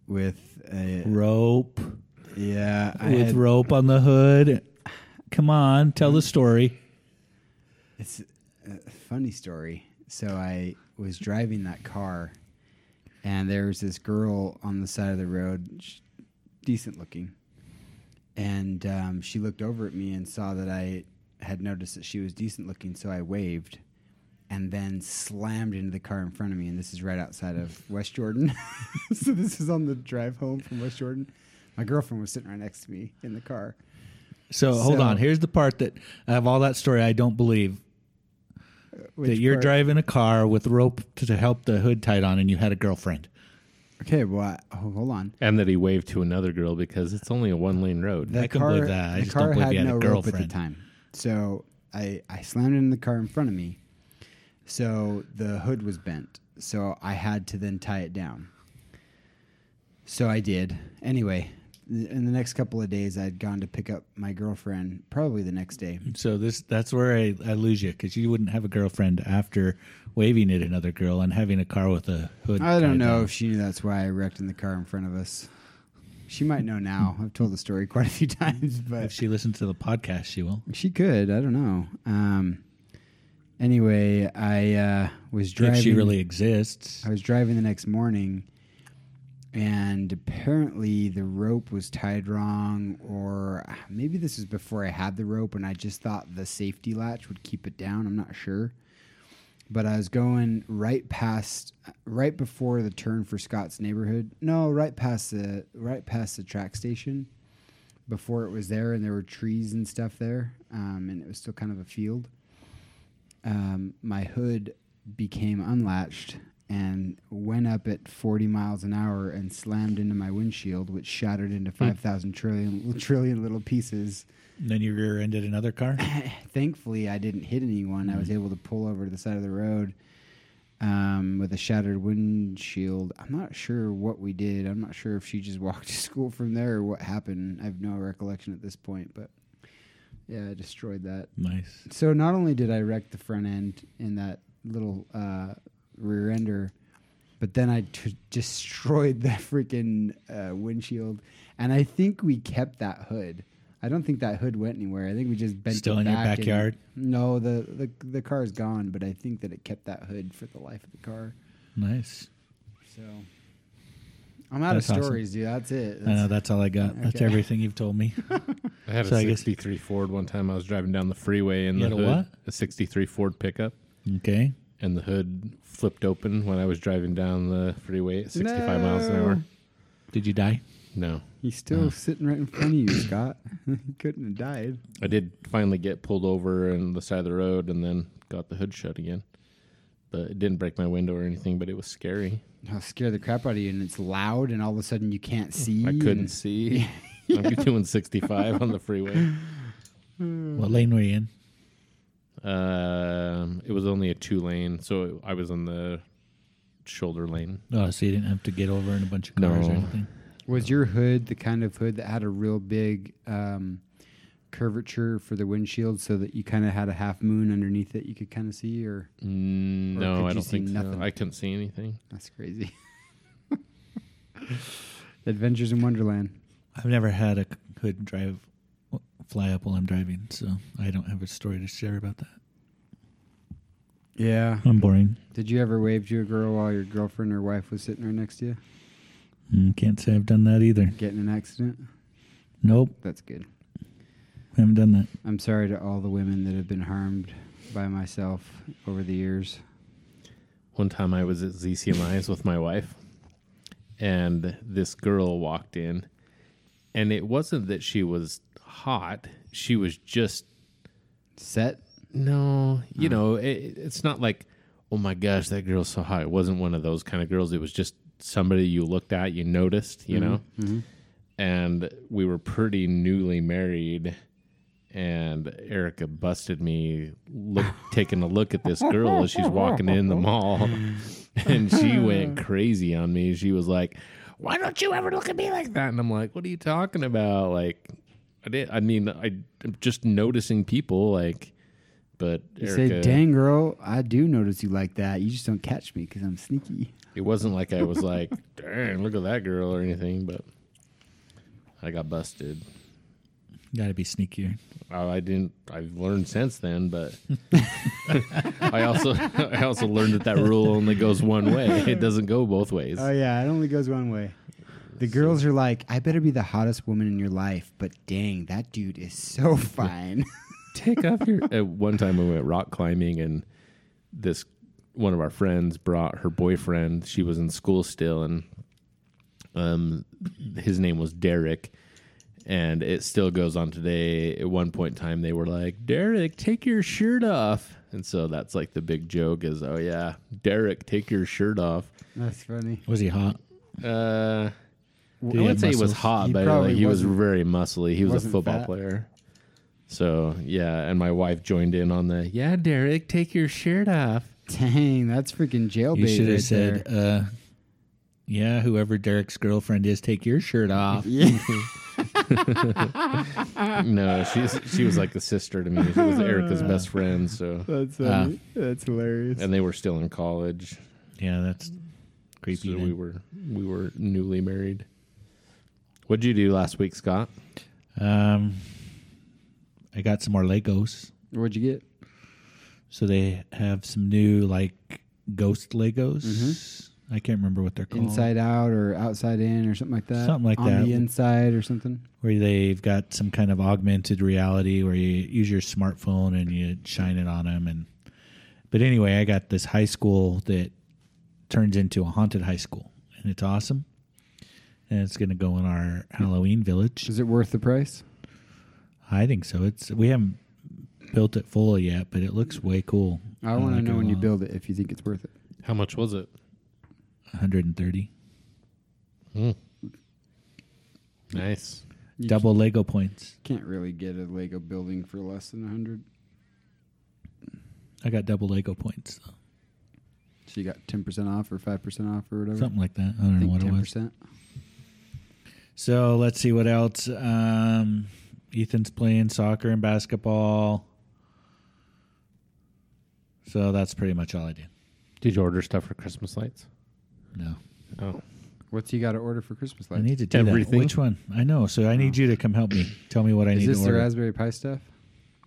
[SPEAKER 1] with a
[SPEAKER 2] rope,
[SPEAKER 1] yeah. I
[SPEAKER 2] with
[SPEAKER 1] had-
[SPEAKER 2] rope on the hood. Come on, tell the story.
[SPEAKER 1] It's a funny story. So I was driving that car, and there was this girl on the side of the road, sh- decent looking, and um, she looked over at me and saw that I had noticed that she was decent looking. So I waved, and then slammed into the car in front of me. And this is right outside of West Jordan. so this is on the drive home from West Jordan. My girlfriend was sitting right next to me in the car.
[SPEAKER 2] So hold
[SPEAKER 1] So-
[SPEAKER 2] on. Here's the part that of all that story I don't believe that
[SPEAKER 1] Which
[SPEAKER 2] you're
[SPEAKER 1] part-
[SPEAKER 2] driving a car with rope to, to help the hood tied on, and you had a girlfriend.
[SPEAKER 1] Okay, well, I, oh, hold on.
[SPEAKER 3] And that he waved to another girl because it's only a one lane road.
[SPEAKER 1] The
[SPEAKER 2] I couldn't believe that. I
[SPEAKER 1] the
[SPEAKER 2] just don't
[SPEAKER 1] car
[SPEAKER 2] believe
[SPEAKER 1] had
[SPEAKER 2] you had a
[SPEAKER 1] no rope at the
[SPEAKER 2] girlfriend.
[SPEAKER 1] time. So I, I slammed it in the car in front of me. So the hood was bent. So I had to then tie it down. So I did. Anyway, th- in the next couple of days, I'd gone to pick up my girlfriend, probably the next day.
[SPEAKER 2] So this that's where I, I lose you because you wouldn't have a girlfriend after waving at another girl and having a car with a hood.
[SPEAKER 1] I don't
[SPEAKER 2] tied
[SPEAKER 1] know
[SPEAKER 2] on.
[SPEAKER 1] if she knew that's why I wrecked in the car in front of us. She might know now. I've told the story quite a few times, but
[SPEAKER 2] If she listens to the podcast, she will.
[SPEAKER 1] She could. I don't know. Um, anyway, I uh, was driving.
[SPEAKER 2] If she really exists,
[SPEAKER 1] I was driving the next morning, and apparently the rope was tied wrong, or ah, maybe this was before I had the rope, and I just thought the safety latch would keep it down. I'm not sure, but I was going right past, uh, right before the turn for Scott's neighborhood. No, right past the right past the track station. Before it was there, and there were trees and stuff there, um, and it was still kind of a field um, my hood became unlatched and went up at 40 miles an hour and slammed into my windshield, which shattered into 5,000 trillion, trillion little pieces.
[SPEAKER 2] then you rear-ended another car.
[SPEAKER 1] Thankfully, I didn't hit anyone. I was able to pull over to the side of the road um, with a shattered windshield. I'm not sure what we did. I'm not sure if she just walked to school from there or what happened. I have no recollection at this point, but yeah, I destroyed that.
[SPEAKER 2] Nice.
[SPEAKER 1] So not only did I wreck the front end in that little uh, rear ender, but then I t- destroyed the freaking uh, windshield, and I think we kept that hood. I don't think that hood went anywhere. I think we just bent
[SPEAKER 2] Still
[SPEAKER 1] it
[SPEAKER 2] in your
[SPEAKER 1] back and-
[SPEAKER 2] backyard?
[SPEAKER 1] no, the, the the car's gone, but I think that it kept that hood for the life of the car.
[SPEAKER 2] Nice.
[SPEAKER 1] So I'm out
[SPEAKER 2] That's
[SPEAKER 1] of
[SPEAKER 2] awesome.
[SPEAKER 1] stories, dude. That's it.
[SPEAKER 2] I know
[SPEAKER 1] That's-
[SPEAKER 2] that's all I got. That's
[SPEAKER 1] Okay.
[SPEAKER 2] everything you've told me.
[SPEAKER 3] I had
[SPEAKER 2] So
[SPEAKER 3] a
[SPEAKER 2] I guess-
[SPEAKER 3] '63 Ford one time. I was driving down the freeway and
[SPEAKER 2] You
[SPEAKER 3] the
[SPEAKER 2] had a
[SPEAKER 3] hood,
[SPEAKER 2] what?
[SPEAKER 3] a '63 Ford pickup,
[SPEAKER 2] Okay.
[SPEAKER 3] and the hood flipped open when I was driving down the freeway at 65 miles an hour.
[SPEAKER 1] No.
[SPEAKER 2] Did you die?
[SPEAKER 3] No,
[SPEAKER 1] He's still sitting right in front of you, Scott. he couldn't have died.
[SPEAKER 3] I did finally get pulled over on the side of the road, and then got the hood shut again. But it didn't break my window or anything. But it was scary.
[SPEAKER 1] I'll scare the crap out of you, and it's loud, and all of a sudden you can't see.
[SPEAKER 3] Hmm, I couldn't
[SPEAKER 1] and-
[SPEAKER 3] see. I'm doing 65 on the freeway.
[SPEAKER 2] What lane were you in?
[SPEAKER 3] Um, it was only a two lane, so I was on the shoulder lane.
[SPEAKER 2] Oh, so you didn't have to get over in a bunch of
[SPEAKER 3] No.
[SPEAKER 2] cars or anything.
[SPEAKER 1] Was your hood the kind of hood that had a real big um, curvature for the windshield, so that you kind of had a half moon underneath it? You could kind of see, or
[SPEAKER 3] Mm,
[SPEAKER 1] Or
[SPEAKER 3] No,
[SPEAKER 1] could
[SPEAKER 3] I
[SPEAKER 1] you
[SPEAKER 3] don't
[SPEAKER 1] see
[SPEAKER 3] think so.
[SPEAKER 1] nothing?
[SPEAKER 3] I couldn't see anything.
[SPEAKER 1] that's crazy. Adventures in Wonderland.
[SPEAKER 2] I've never had a c- hood drive fly up while I'm driving, so I don't have a story to share about that.
[SPEAKER 1] Yeah.
[SPEAKER 2] I'm boring.
[SPEAKER 1] Did you ever wave to a girl while your girlfriend or wife was sitting right next to you?
[SPEAKER 2] Mm, Can't say I've done that either.
[SPEAKER 1] Get in an accident?
[SPEAKER 2] Nope,
[SPEAKER 1] That's good.
[SPEAKER 2] haven't done that.
[SPEAKER 1] I'm sorry to all the women that have been harmed by myself over the years.
[SPEAKER 3] One time I was at ZCMI's with my wife, and this girl walked in, and it wasn't that she was hot. She was just
[SPEAKER 1] Set?
[SPEAKER 3] no, you know, it, it's not like, oh my gosh, that girl's so hot. It wasn't one of those kind of girls. It was just somebody you looked at, you noticed,
[SPEAKER 1] Mm-hmm.
[SPEAKER 3] you know. And we were pretty newly married, and Erica busted me look taking a look at this girl as she's walking in the mall, and she went crazy on me. She was like, "Why don't you ever look at me like that?" And I'm like, "What are you talking about?" Like. I, did, I mean, I, I'm just noticing people like but
[SPEAKER 1] You
[SPEAKER 3] Erica,
[SPEAKER 1] say, dang, girl, I do notice you like that. You just don't catch me because I'm sneaky.
[SPEAKER 3] it wasn't like I was like, "Dang, look at that girl" or anything. But I got busted.
[SPEAKER 2] Got to be sneakier.
[SPEAKER 3] I I didn't. I've learned since then, but I also I also learned that that rule only goes one way. It doesn't go both ways.
[SPEAKER 1] Oh, yeah, it only goes one way. The girls are like, I better be the hottest woman in your life, but dang, that dude is so fine.
[SPEAKER 3] Take off your. At one time, we went rock climbing, and this one of our friends brought her boyfriend. She was in school still, and um, his name was Derek, and it still goes on today. At one point in time, they were like, "Derek, take your shirt off," and so that's like the big joke is, "Oh yeah, Derek, take your shirt off."
[SPEAKER 1] That's funny.
[SPEAKER 2] Was he hot?
[SPEAKER 3] Uh,
[SPEAKER 2] he
[SPEAKER 3] I
[SPEAKER 2] have
[SPEAKER 3] wouldn't say he was
[SPEAKER 2] muscles?
[SPEAKER 3] hot,
[SPEAKER 1] He
[SPEAKER 3] but
[SPEAKER 1] probably
[SPEAKER 3] like, he was
[SPEAKER 1] wasn't-
[SPEAKER 3] very muscly. He was a
[SPEAKER 1] wasn't
[SPEAKER 3] football
[SPEAKER 1] fat.
[SPEAKER 3] player. So yeah, and my wife joined in on the yeah, Derek, take your shirt off.
[SPEAKER 1] Dang, that's freaking jailbait.
[SPEAKER 2] You should have
[SPEAKER 1] right
[SPEAKER 2] said,
[SPEAKER 1] there.
[SPEAKER 2] uh, "Yeah, whoever Derek's girlfriend is, take your shirt off."
[SPEAKER 1] Yeah.
[SPEAKER 3] No, she's she was like the sister to me. She was Erica's best friend. So
[SPEAKER 1] That's
[SPEAKER 2] funny.
[SPEAKER 1] that's hilarious.
[SPEAKER 3] and they were still in college.
[SPEAKER 2] yeah, that's
[SPEAKER 3] So
[SPEAKER 2] creepy. then.
[SPEAKER 3] we were we were newly married. What'd you do last week, Scott?
[SPEAKER 2] um, I got some more Legos.
[SPEAKER 1] What'd you get?
[SPEAKER 2] So they have some new like ghost Legos. I can't remember what they're called.
[SPEAKER 1] Mm-hmm. Inside out or outside in or something like that.
[SPEAKER 2] Something like
[SPEAKER 1] on
[SPEAKER 2] that.
[SPEAKER 1] the inside or something.
[SPEAKER 2] where they've got some kind of augmented reality where you use your smartphone and you shine it on them and but anyway i got this high school that turns into a haunted high school and it's awesome and it's going to go in our halloween village
[SPEAKER 1] Is it worth the price?
[SPEAKER 2] i think so it's we haven't built it full yet but it looks way cool
[SPEAKER 1] I want to
[SPEAKER 2] like it
[SPEAKER 1] know
[SPEAKER 2] a
[SPEAKER 1] when you
[SPEAKER 2] lot.
[SPEAKER 1] build it if you think it's worth it.
[SPEAKER 3] How much was it?
[SPEAKER 2] 130
[SPEAKER 3] Nice.
[SPEAKER 1] You
[SPEAKER 2] double lego points
[SPEAKER 1] Can't really get a Lego building for less than a hundred.
[SPEAKER 2] i got double lego points though.
[SPEAKER 1] So you got ten percent off or five percent off or whatever.
[SPEAKER 2] something like that i don't
[SPEAKER 1] I
[SPEAKER 2] know
[SPEAKER 1] think
[SPEAKER 2] what it
[SPEAKER 1] ten
[SPEAKER 2] was
[SPEAKER 1] percent.
[SPEAKER 2] So let's see what else. Um, Ethan's playing soccer and basketball. So that's pretty much all I did.
[SPEAKER 3] Did you order stuff for Christmas lights?
[SPEAKER 2] No,
[SPEAKER 3] Oh,
[SPEAKER 1] What's you got to order for Christmas
[SPEAKER 2] I
[SPEAKER 1] lights?
[SPEAKER 2] need to do
[SPEAKER 3] Everything?
[SPEAKER 2] That. Which one? I know. So I need you to come help me. Tell me what I
[SPEAKER 1] Oh. Is
[SPEAKER 2] need
[SPEAKER 1] this
[SPEAKER 2] to
[SPEAKER 1] the
[SPEAKER 2] order.
[SPEAKER 1] Raspberry Pi stuff?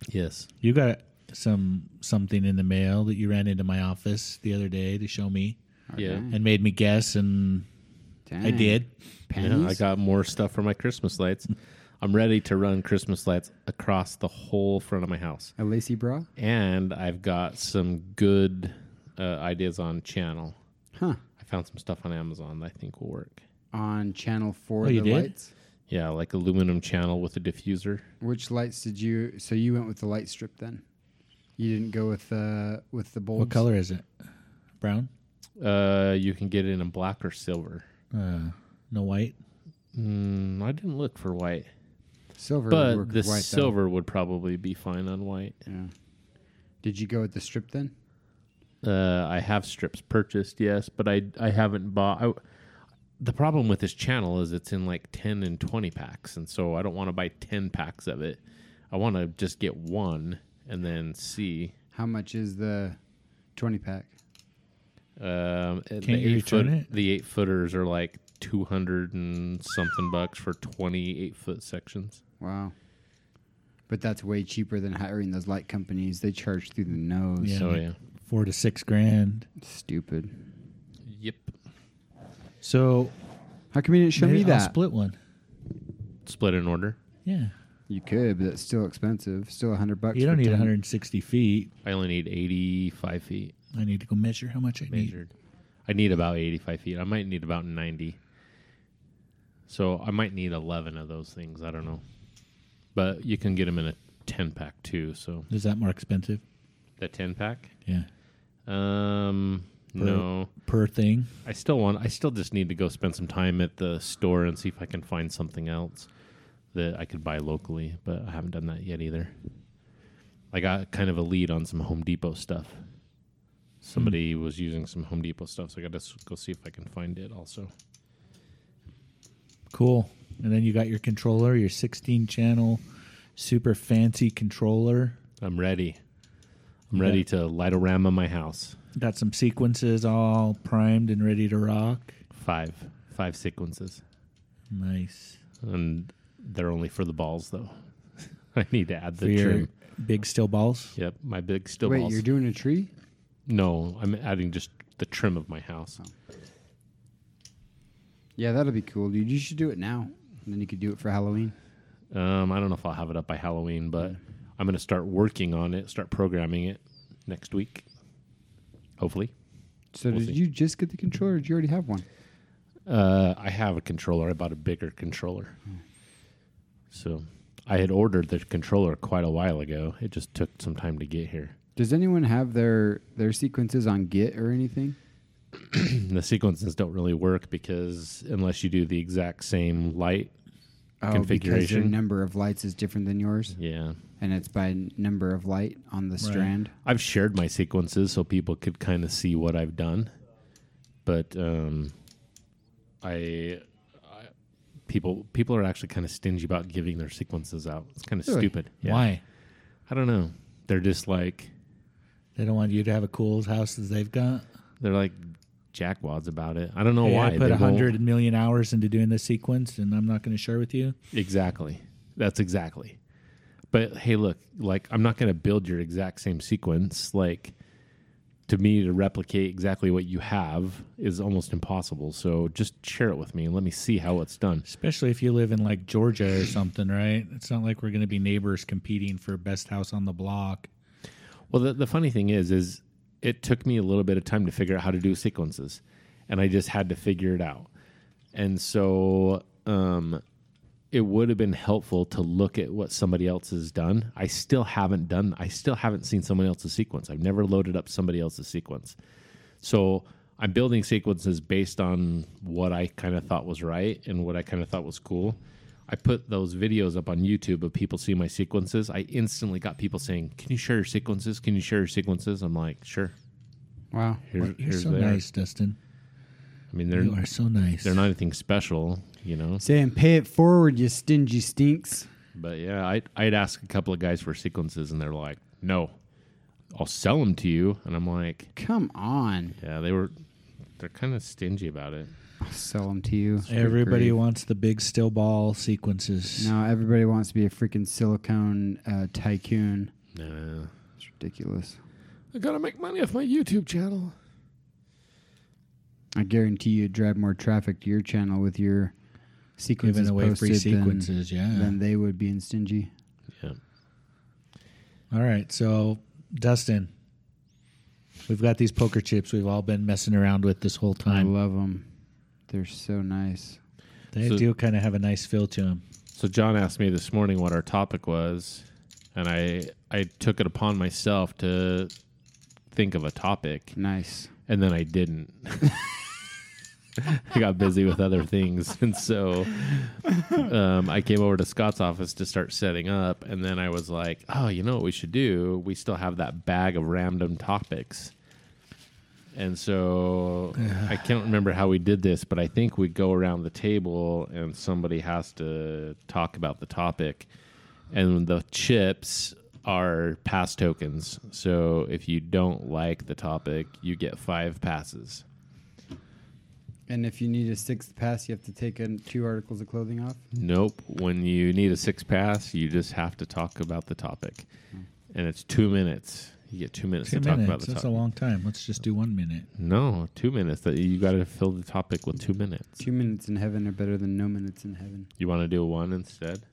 [SPEAKER 3] yes.
[SPEAKER 2] you got some something in the mail that you ran into my office the other day to show me
[SPEAKER 3] Yeah.
[SPEAKER 1] Okay.
[SPEAKER 2] and made me guess, and I
[SPEAKER 1] Oh, Dang.
[SPEAKER 2] did.
[SPEAKER 1] Pennies?
[SPEAKER 3] Yeah, I got more stuff for my Christmas lights. I'm ready to run Christmas lights across the whole front of my house.
[SPEAKER 1] a lacy bra.
[SPEAKER 3] And I've got some good uh, ideas on channel.
[SPEAKER 1] Huh.
[SPEAKER 3] I found some stuff on Amazon that I think will work.
[SPEAKER 1] On channel four,
[SPEAKER 2] Oh,
[SPEAKER 1] the
[SPEAKER 2] you did?
[SPEAKER 1] lights.
[SPEAKER 3] Yeah, like aluminum channel with a diffuser.
[SPEAKER 1] Which lights did you? So you went with the light strip then. You didn't go with uh, with the bulbs.
[SPEAKER 2] What color is it? Brown?
[SPEAKER 3] Uh, you can get it in black or silver.
[SPEAKER 2] Uh, no white.
[SPEAKER 3] Mm, I didn't look for white,
[SPEAKER 1] Silver. would work
[SPEAKER 3] but the
[SPEAKER 1] with white, though.
[SPEAKER 3] silver would probably be fine on white.
[SPEAKER 1] Yeah. Did you go with the strip then?
[SPEAKER 3] Uh, I have strips purchased, yes, but I I haven't bought. I, the problem with this channel is it's in like ten and twenty packs, and so I don't want to buy ten packs of it. I want to just get one and then see.
[SPEAKER 1] How much is the twenty pack?
[SPEAKER 3] Um, the
[SPEAKER 2] Can't you
[SPEAKER 3] eight foot,
[SPEAKER 2] return it?
[SPEAKER 3] the eight footers are like two hundred and something bucks for twenty eight foot sections.
[SPEAKER 1] Wow. But that's way cheaper than hiring those light companies. They charge through the nose.
[SPEAKER 2] Yeah.
[SPEAKER 3] So yeah,
[SPEAKER 2] Four to six grand.
[SPEAKER 1] Stupid.
[SPEAKER 3] yep.
[SPEAKER 2] So
[SPEAKER 1] How come you didn't show
[SPEAKER 2] Maybe
[SPEAKER 1] me
[SPEAKER 2] I'll
[SPEAKER 1] that?
[SPEAKER 2] split one.
[SPEAKER 3] Split in order.
[SPEAKER 2] Yeah,
[SPEAKER 1] You could, but it's still expensive. Still a hundred bucks.
[SPEAKER 2] you don't
[SPEAKER 1] for
[SPEAKER 2] need
[SPEAKER 1] 10.
[SPEAKER 2] 160 feet.
[SPEAKER 3] I only need 85 feet
[SPEAKER 2] I need to go measure how much I need.
[SPEAKER 3] measured. I need about 85 feet. I might need about 90. So I might need 11 of those things. I don't know. But you can get them in a 10 pack too. So
[SPEAKER 2] Is that more expensive?
[SPEAKER 3] the 10 pack?
[SPEAKER 2] Yeah,
[SPEAKER 3] Um, no.
[SPEAKER 2] per thing.
[SPEAKER 3] I still want. I still just need to go spend some time at the store and see if I can find something else that I could buy locally. But I haven't done that yet either. I got kind of a lead on some Home Depot stuff. Somebody
[SPEAKER 2] Hmm.
[SPEAKER 3] was using some Home Depot stuff, so I got to s- go see if I can find it. Also,
[SPEAKER 2] Cool. And then you got your controller, your 16 channel, super fancy controller.
[SPEAKER 3] I'm ready. I'm ready to lightorama my house.
[SPEAKER 2] Got some sequences all primed and ready to rock.
[SPEAKER 3] Five, five sequences,
[SPEAKER 2] Nice.
[SPEAKER 3] and they're only for the balls though. I need to add
[SPEAKER 2] For
[SPEAKER 3] the
[SPEAKER 2] your
[SPEAKER 3] trim.
[SPEAKER 2] big still balls.
[SPEAKER 3] Yep, my big still
[SPEAKER 1] Wait,
[SPEAKER 3] balls.
[SPEAKER 1] you're doing a tree?
[SPEAKER 3] No, I'm adding just the trim of my house.
[SPEAKER 1] Yeah, that'll be cool, dude. You should do it now. And then you could do it for Halloween.
[SPEAKER 3] Um, I don't know if I'll have it up by Halloween, but I'm going to start working on it, start programming it next week, hopefully.
[SPEAKER 1] So
[SPEAKER 3] We'll
[SPEAKER 1] did
[SPEAKER 3] see.
[SPEAKER 1] you just get the controller? Or did you already have one?
[SPEAKER 3] Uh, I have a controller. I bought a bigger controller. So I had ordered the controller quite a while ago. It just took some time to get here.
[SPEAKER 1] Does anyone have their their sequences on Git or anything?
[SPEAKER 3] the sequences don't really work because unless you do the exact same light,
[SPEAKER 1] Oh, because your
[SPEAKER 3] Configuration.
[SPEAKER 1] number of lights is different than yours,
[SPEAKER 3] yeah.
[SPEAKER 1] and it's by n- number of light on the strand.
[SPEAKER 3] I've shared my sequences so people could kind of see what I've done, but um, I, I people people are actually kind of stingy about giving their sequences out. It's kind of
[SPEAKER 1] Really?
[SPEAKER 3] stupid. Yeah.
[SPEAKER 2] Why?
[SPEAKER 3] I don't know. They're just like
[SPEAKER 2] They don't want you to have a cool house as they've got.
[SPEAKER 3] they're like jackwads about it. I don't know
[SPEAKER 2] Hey,
[SPEAKER 3] why.
[SPEAKER 2] I
[SPEAKER 3] They
[SPEAKER 2] put
[SPEAKER 3] won't-
[SPEAKER 2] 100 million hours into doing this sequence and I'm not going to share with you.
[SPEAKER 3] Exactly. That's exactly. But hey, look, like I'm not going to build your exact same sequence. Like to me, to replicate exactly what you have is almost impossible. So just share it with me and let me see how it's done.
[SPEAKER 2] Especially if you live in like Georgia or something, right? It's not like we're going to be neighbors competing for best house on the block.
[SPEAKER 3] Well, the, the funny thing is, is it took me a little bit of time to figure out how to do sequences, and I just had to figure it out. And so, um, it would have been helpful to look at what somebody else has done. I still haven't done. I still haven't seen someone else's sequence. I've never loaded up somebody else's sequence. So I'm building sequences based on what I kind of thought was right and what I kind of thought was cool. I put those videos up on YouTube of people seeing my sequences. I instantly got people saying, "Can you share your sequences? Can you share your sequences?" I'm like, "Sure."
[SPEAKER 1] Wow.
[SPEAKER 3] Here's,
[SPEAKER 2] You're
[SPEAKER 3] here's
[SPEAKER 2] so
[SPEAKER 3] they are.
[SPEAKER 2] nice, Dustin.
[SPEAKER 3] I mean, they're
[SPEAKER 2] You are so nice.
[SPEAKER 3] they're not anything special, you know.
[SPEAKER 1] Saying pay it forward, you stingy stinks.
[SPEAKER 3] But yeah, I I'd ask a couple of guys for sequences, and they're like, "No, I'll sell them to you." And I'm like,
[SPEAKER 1] Come on,
[SPEAKER 3] "Yeah, they were, they're kind of stingy about it."
[SPEAKER 1] I'll sell them to you.
[SPEAKER 2] Everybody wants the big still ball sequences.
[SPEAKER 1] No, everybody wants to be a freaking silicone uh, tycoon.
[SPEAKER 3] No,
[SPEAKER 1] It's ridiculous.
[SPEAKER 3] I gotta make money off my YouTube channel.
[SPEAKER 1] I guarantee you drive more traffic to your channel with your sequences
[SPEAKER 2] Giving away
[SPEAKER 1] posted
[SPEAKER 2] free
[SPEAKER 1] than-
[SPEAKER 2] sequences, yeah.
[SPEAKER 1] than, they would being stingy.
[SPEAKER 3] Yeah,
[SPEAKER 2] All right, so Dustin, we've got these poker chips we've all been messing around with this whole
[SPEAKER 1] I
[SPEAKER 3] Oh,
[SPEAKER 2] time.
[SPEAKER 1] love them. They're so nice.
[SPEAKER 2] They
[SPEAKER 3] So-
[SPEAKER 2] do kind of have a nice feel to them.
[SPEAKER 3] So John asked me this morning what our topic was, and I I took it upon myself to think of a topic,
[SPEAKER 1] Nice.
[SPEAKER 3] and then I didn't. I got busy with other things, and so um, I came over to Scott's office to start setting up, and then I was like, "Oh, you know what we should do? We still have that bag of random topics." And so I can't remember how we did this, but I think we go around the table and somebody has to talk about the topic. And the chips are pass tokens. So if you don't like the topic, you get five passes.
[SPEAKER 1] And if you need a sixth pass, you have to take an- two articles of clothing off.
[SPEAKER 3] Nope. When you need a six pass, you just have to talk about the topic. And it's two minutes. You get two minutes
[SPEAKER 2] Two
[SPEAKER 3] to talk about
[SPEAKER 2] minutes.
[SPEAKER 3] the
[SPEAKER 2] That's
[SPEAKER 3] topic.
[SPEAKER 2] a long time. Let's just do one minute.
[SPEAKER 3] no, two minutes. That you got to fill the topic with two minutes.
[SPEAKER 1] Two minutes in heaven are better than no minutes in heaven.
[SPEAKER 3] You want to do one instead?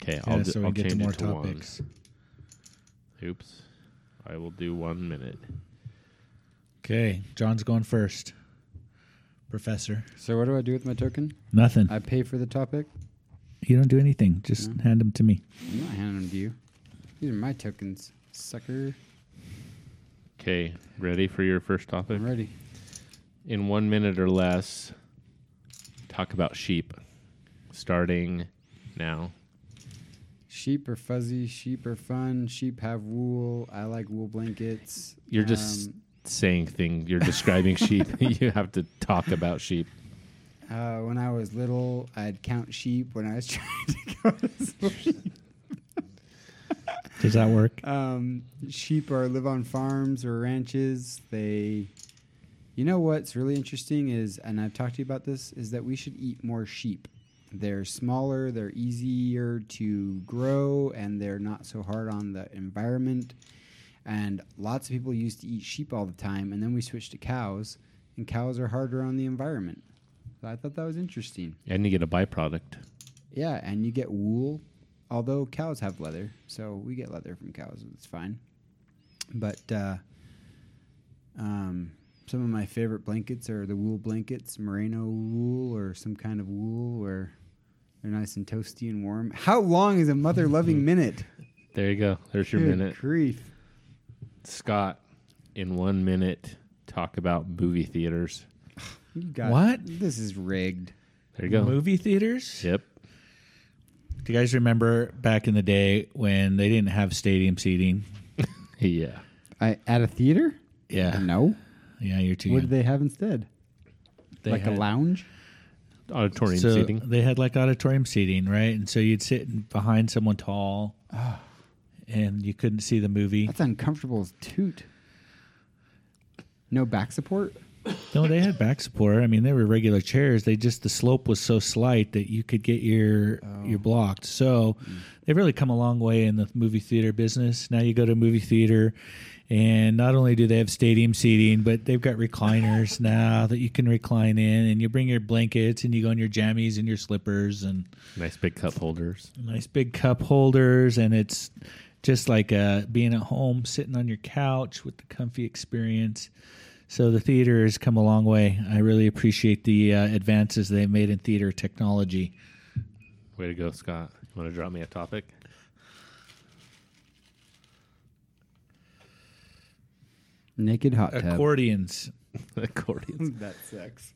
[SPEAKER 3] Okay,
[SPEAKER 2] Yeah,
[SPEAKER 3] I'll, do,
[SPEAKER 2] so we
[SPEAKER 3] I'll
[SPEAKER 2] get to
[SPEAKER 3] change
[SPEAKER 2] more
[SPEAKER 3] it to
[SPEAKER 2] topics.
[SPEAKER 3] one. Oops, I will do one minute.
[SPEAKER 2] Okay, John's going first. Professor,
[SPEAKER 1] So what do I do with my token?
[SPEAKER 2] nothing.
[SPEAKER 1] I pay for the topic.
[SPEAKER 2] you don't do anything. Just hand them to me.
[SPEAKER 1] I'm not handing them to you. These are my tokens, sucker.
[SPEAKER 3] Okay, ready for your first topic?
[SPEAKER 1] I'm ready.
[SPEAKER 3] In one minute or less, talk about sheep. Starting now.
[SPEAKER 1] Sheep are fuzzy. Sheep are fun. Sheep have wool. I like wool blankets.
[SPEAKER 3] You're just
[SPEAKER 1] Um,
[SPEAKER 3] saying thing. You're describing sheep. you have to talk about sheep.
[SPEAKER 1] uh, when I was little, I'd count sheep when I was trying to go to sleep.
[SPEAKER 2] Does that work?
[SPEAKER 1] Um, sheep are live on farms or ranches. They, you know, what's really interesting is, and I've talked to you about this, is that we should eat more sheep. They're smaller, they're easier to grow, and they're not so hard on the environment. And lots of people used to eat sheep all the time, and then we switched to cows, and cows are harder on the environment. So I thought that was interesting.
[SPEAKER 3] And you get a byproduct.
[SPEAKER 1] Yeah, and you get wool, although cows have leather, so we get leather from cows. It's fine. But uh, um, some of my favorite blankets are the wool blankets, merino wool, or some kind of wool where they're nice and toasty and warm. How long is a mother loving minute?
[SPEAKER 3] There you go. There's your
[SPEAKER 1] Good
[SPEAKER 3] minute.
[SPEAKER 1] grief.
[SPEAKER 3] Scott, in one minute, talk about movie theaters.
[SPEAKER 1] You got-
[SPEAKER 2] What?
[SPEAKER 1] This is rigged.
[SPEAKER 3] There you go.
[SPEAKER 2] Movie theaters?
[SPEAKER 3] Yep.
[SPEAKER 2] Do you guys remember back in the day when they didn't have stadium seating?
[SPEAKER 3] Yeah.
[SPEAKER 1] I, at a theater?
[SPEAKER 2] Yeah.
[SPEAKER 1] No.
[SPEAKER 2] Yeah, you're too
[SPEAKER 1] What
[SPEAKER 2] young.
[SPEAKER 1] did they have instead?
[SPEAKER 2] They
[SPEAKER 1] like
[SPEAKER 2] had-
[SPEAKER 1] a lounge?
[SPEAKER 3] Auditorium
[SPEAKER 2] so
[SPEAKER 3] seating.
[SPEAKER 2] They had like auditorium seating, right? And so you'd sit behind someone tall
[SPEAKER 3] Ah.
[SPEAKER 2] and you couldn't see the movie.
[SPEAKER 1] That's uncomfortable as toot. No back support?
[SPEAKER 2] No, they had back support. I mean, they were regular chairs. They just the slope was so slight that you could get your your blocked. So they've really come a long way in the movie theater business. Now you go to a movie theater, and not only do they have stadium seating, but they've got recliners now that you can recline in, and you bring your blankets and you go in your jammies and your slippers and
[SPEAKER 3] Nice big cup holders.
[SPEAKER 2] nice big cup holders, and it's just like uh, being at home, sitting on your couch with the comfy experience. So the theater has come a long way. I really appreciate the uh, advances they've made in theater technology.
[SPEAKER 3] Way to go, Scott. You want to drop me a topic?
[SPEAKER 1] Naked hot tub.
[SPEAKER 2] Accordions.
[SPEAKER 3] Accordions.
[SPEAKER 1] that sucks.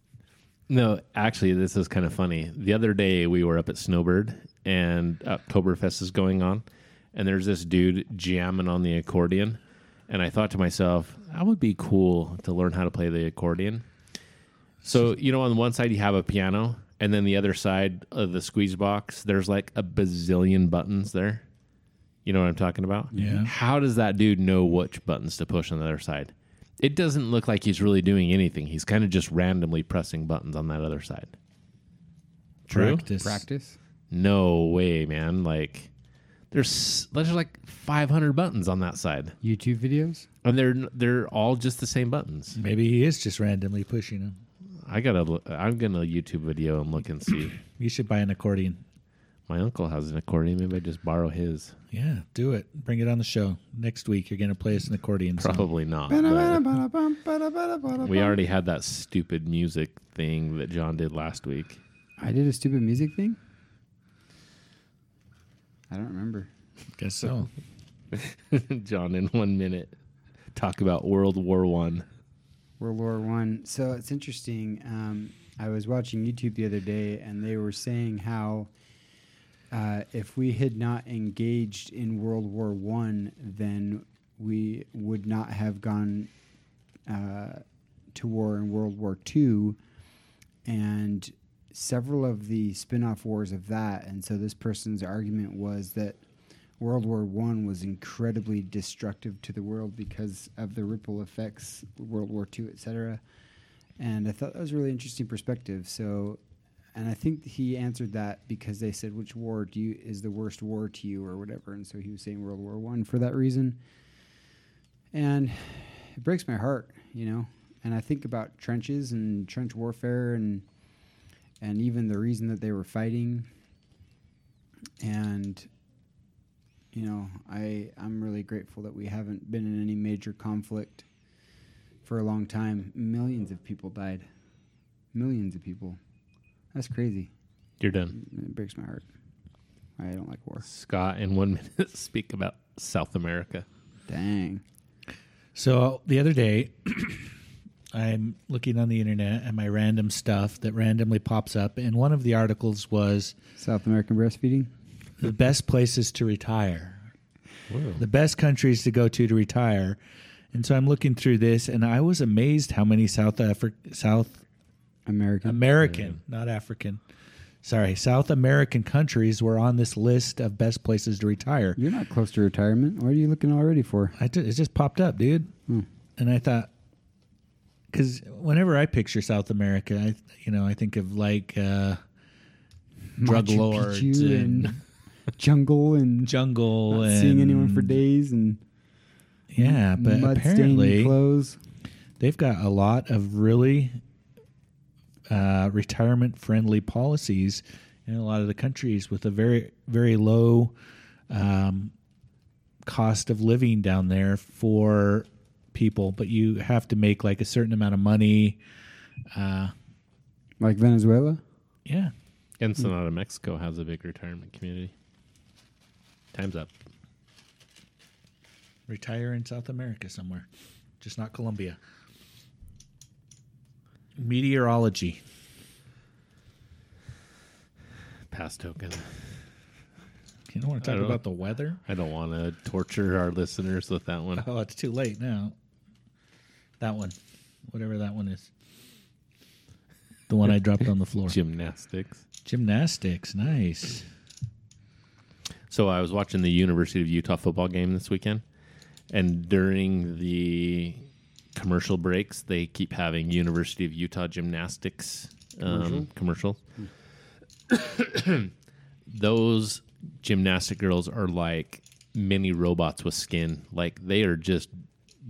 [SPEAKER 3] No, actually, this is kind of funny. The other day, we were up at Snowbird, and Oktoberfest is going on, and there's this dude jamming on the accordion, and I thought to myself, that would be cool to learn how to play the accordion. So you know, on one side you have a piano, and then the other side of the squeeze box, there's like a bazillion buttons there. You know what I'm talking about?
[SPEAKER 2] Yeah.
[SPEAKER 3] How does that dude know which buttons to push on the other side? It doesn't look like he's really doing anything. He's kind of just randomly pressing buttons on that other side. True?
[SPEAKER 2] Practice.
[SPEAKER 1] Practice.
[SPEAKER 3] No way, man. Like there's there's like 500 buttons on that side,
[SPEAKER 1] YouTube videos.
[SPEAKER 3] and they're they're all just the same buttons.
[SPEAKER 2] Maybe he is just randomly pushing them.
[SPEAKER 3] I gotta look- I'm gonna YouTube video and look and see.
[SPEAKER 2] You should buy an accordion.
[SPEAKER 3] My uncle has an accordion. Maybe I just borrow his.
[SPEAKER 2] Yeah, do it. Bring it on the show next week. You're going to play us an accordion. song.
[SPEAKER 3] Probably not. but
[SPEAKER 1] We
[SPEAKER 3] we already had that stupid music thing that John did last week.
[SPEAKER 1] I did a stupid music thing. I don't remember.
[SPEAKER 2] Guess so.
[SPEAKER 3] John, in one minute, talk about World War One.
[SPEAKER 1] World War One. So it's interesting. Um, I was watching YouTube the other day, and they were saying how uh, if we had not engaged in World War One, then we would not have gone uh, to war in World War Two, and several of the spin-off wars of that. And so this person's argument was that World War One was incredibly destructive to the world because of the ripple effects, World War Two, et cetera. And I thought that was a really interesting perspective. So, and I think he answered that because they said, "Which war do you is the worst war to you, or whatever?" And so he was saying World War One for that reason. and it breaks my heart, you know. And I think about trenches and trench warfare and and even the reason that they were fighting. And you know, I I'm really grateful that we haven't been in any major conflict for a long time. Millions of people died. Millions of people. That's crazy.
[SPEAKER 3] You're done.
[SPEAKER 1] It breaks my heart. I don't like war.
[SPEAKER 3] Scott, in one minute, speak about South America.
[SPEAKER 1] Dang.
[SPEAKER 2] So the other day, I'm looking on the internet at my random stuff that randomly pops up, and one of the articles was
[SPEAKER 1] South American breastfeeding.
[SPEAKER 2] the best places to retire, the best countries to go to to retire. And so I'm looking through this, and I was amazed how many South Afri- South
[SPEAKER 1] American.
[SPEAKER 2] American, not African, sorry, South American countries were on this list of best places to retire.
[SPEAKER 1] You're not close to retirement. What are you looking already for?
[SPEAKER 2] I ju- it just popped up, dude.
[SPEAKER 1] Hmm.
[SPEAKER 2] And I thought, because whenever I picture South America, I you know I think of like uh, drug
[SPEAKER 1] Machu
[SPEAKER 2] lords
[SPEAKER 1] Picchu
[SPEAKER 2] and,
[SPEAKER 1] jungle and
[SPEAKER 2] jungle
[SPEAKER 1] not
[SPEAKER 2] and
[SPEAKER 1] seeing anyone for days and
[SPEAKER 2] yeah, but
[SPEAKER 1] mud stained
[SPEAKER 2] apparently
[SPEAKER 1] clothes.
[SPEAKER 2] they've got a lot of really uh, retirement friendly policies in a lot of the countries with a very very low um, cost of living down there for people but you have to make like a certain amount of money
[SPEAKER 1] Like Venezuela?
[SPEAKER 2] yeah
[SPEAKER 3] Ensenada, Mexico has a big retirement community. Time's up.
[SPEAKER 2] retire in south america somewhere just not colombia meteorology
[SPEAKER 3] Pass token.
[SPEAKER 2] you don't want to
[SPEAKER 3] I
[SPEAKER 2] talk
[SPEAKER 3] don't
[SPEAKER 2] about
[SPEAKER 3] know.
[SPEAKER 2] the weather
[SPEAKER 3] I don't want to torture our listeners with that one.
[SPEAKER 2] oh it's too late now that one whatever that one is the one i dropped on the floor
[SPEAKER 3] Gymnastics.
[SPEAKER 2] gymnastics nice
[SPEAKER 3] So I was watching the University of Utah football game this weekend, and during the commercial breaks, they keep having University of Utah gymnastics um, commercials. Those gymnastic girls are like mini robots with skin. Like they are just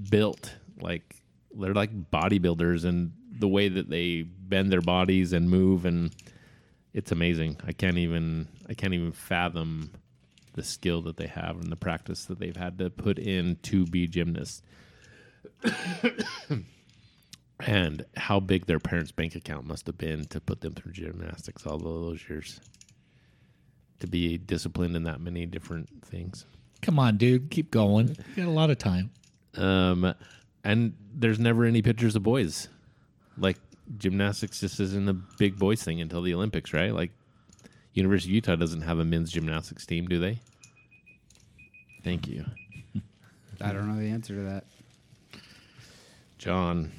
[SPEAKER 3] built like they're like bodybuilders, and the way that they bend their bodies and move and it's amazing. I can't even I can't even fathom the skill that they have and the practice that they've had to put in to be gymnasts. and how big their parents' bank account must have been to put them through gymnastics all those years. To be disciplined in that many different things.
[SPEAKER 2] come on dude keep going you got a lot of time
[SPEAKER 3] Um, and there's never any pictures of boys. Like gymnastics just isn't a big boys thing until the Olympics, right? Like University of Utah doesn't have a men's gymnastics team, do they? Thank you,
[SPEAKER 1] I don't know the answer to that.
[SPEAKER 3] John.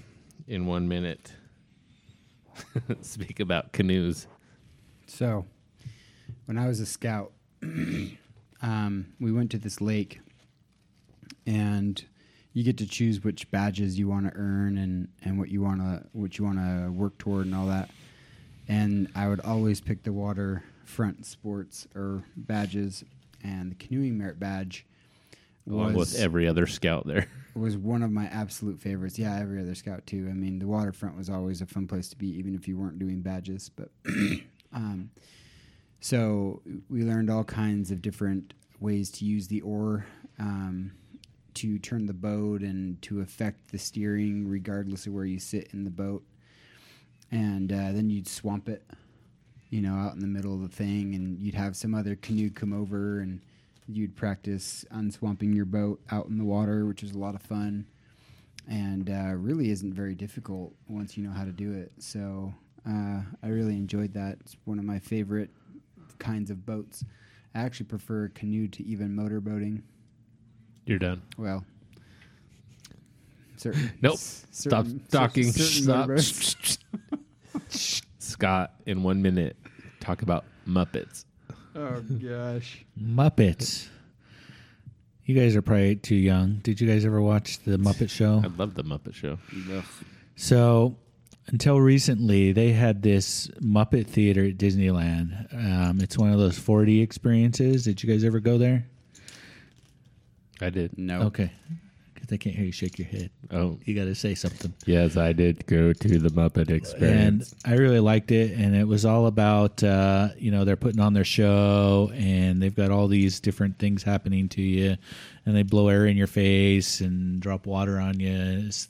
[SPEAKER 3] In one minute, speak about canoes.
[SPEAKER 1] So, when I was a scout, um, we went to this lake, and you get to choose which badges you want to earn and, and what you want to what you want to work toward and all that. And I would always pick the water front sports or badges, and the canoeing merit badge
[SPEAKER 3] Along with every other scout there,
[SPEAKER 1] was one of my absolute favorites. Yeah, every other scout too. I mean, the waterfront was always a fun place to be, even if you weren't doing badges. But um, so we learned all kinds of different ways to use the oar um, to turn the boat and to affect the steering, regardless of where you sit in the boat. And uh, then you'd swamp it, you know, out in the middle of the thing, and you'd have some other canoe come over and you'd practice unswamping your boat out in the water, which is a lot of fun and uh, really isn't very difficult once you know how to do it. So uh, I really enjoyed that. It's one of my favorite kinds of boats. I actually prefer canoe to even motorboating.
[SPEAKER 3] you're done.
[SPEAKER 1] Well, certain.
[SPEAKER 3] Nope.
[SPEAKER 1] s-
[SPEAKER 3] Stop
[SPEAKER 1] certain- cer-
[SPEAKER 3] talking.
[SPEAKER 1] certain
[SPEAKER 3] Stop.
[SPEAKER 1] motorboats.
[SPEAKER 3] Scott, in one minute, talk about Muppets.
[SPEAKER 1] Oh gosh.
[SPEAKER 2] muppets you guys are probably too young did you guys ever watch the muppet show
[SPEAKER 3] I love the Muppet Show.
[SPEAKER 2] So, until recently, they had this Muppet Theater at Disneyland. Um, it's one of those 4D experiences. Did you guys ever go there?
[SPEAKER 3] I did.
[SPEAKER 1] No.
[SPEAKER 2] Okay. They can't hear you shake your head.
[SPEAKER 3] Oh,
[SPEAKER 2] You got to say something.
[SPEAKER 3] yes, I did go to the Muppet
[SPEAKER 2] and
[SPEAKER 3] Experience.
[SPEAKER 2] I really liked it. And it was all about, uh, you know, they're putting on their show and they've got all these different things happening to you, and they blow air in your face and drop water on you, and it's,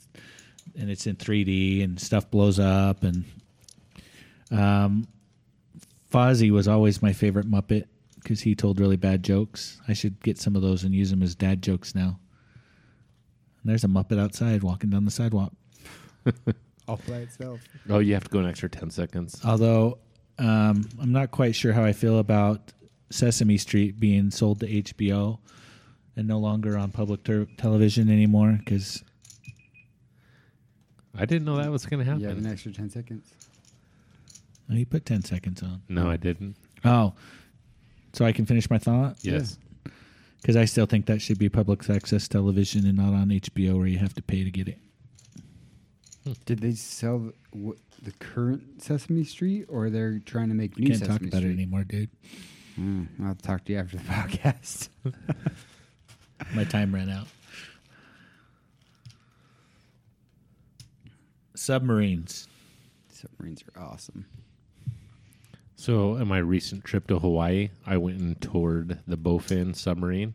[SPEAKER 2] and it's in 3D and stuff blows up. And um, Fozzie was always my favorite Muppet because he told really bad jokes. I should get some of those and use them as dad jokes now. And there's a Muppet outside walking down the sidewalk.
[SPEAKER 1] all by itself.
[SPEAKER 3] oh, you have to go an extra 10 seconds.
[SPEAKER 2] Although um, I'm not quite sure how I feel about Sesame Street being sold to HBO and no longer on public ter- television anymore because
[SPEAKER 3] I didn't know that was going to
[SPEAKER 1] You have
[SPEAKER 3] happen.
[SPEAKER 1] an extra ten seconds.
[SPEAKER 2] oh, you put 10 seconds on.
[SPEAKER 3] no, I didn't.
[SPEAKER 2] Oh, so I can finish my thought
[SPEAKER 3] Yes.
[SPEAKER 2] because I still think that should be public access television and not on HBO where you have to pay to get it.
[SPEAKER 1] Did they sell the, what, the current Sesame Street, or they're trying to make new
[SPEAKER 2] Can't
[SPEAKER 1] Sesame
[SPEAKER 2] talk about it
[SPEAKER 1] Street?
[SPEAKER 2] anymore, dude.
[SPEAKER 1] Mm, I'll talk to you after the podcast.
[SPEAKER 2] My time ran out. Submarines.
[SPEAKER 1] Submarines are awesome.
[SPEAKER 3] So, in my recent trip to Hawaii, I went and toured the Bowfin submarine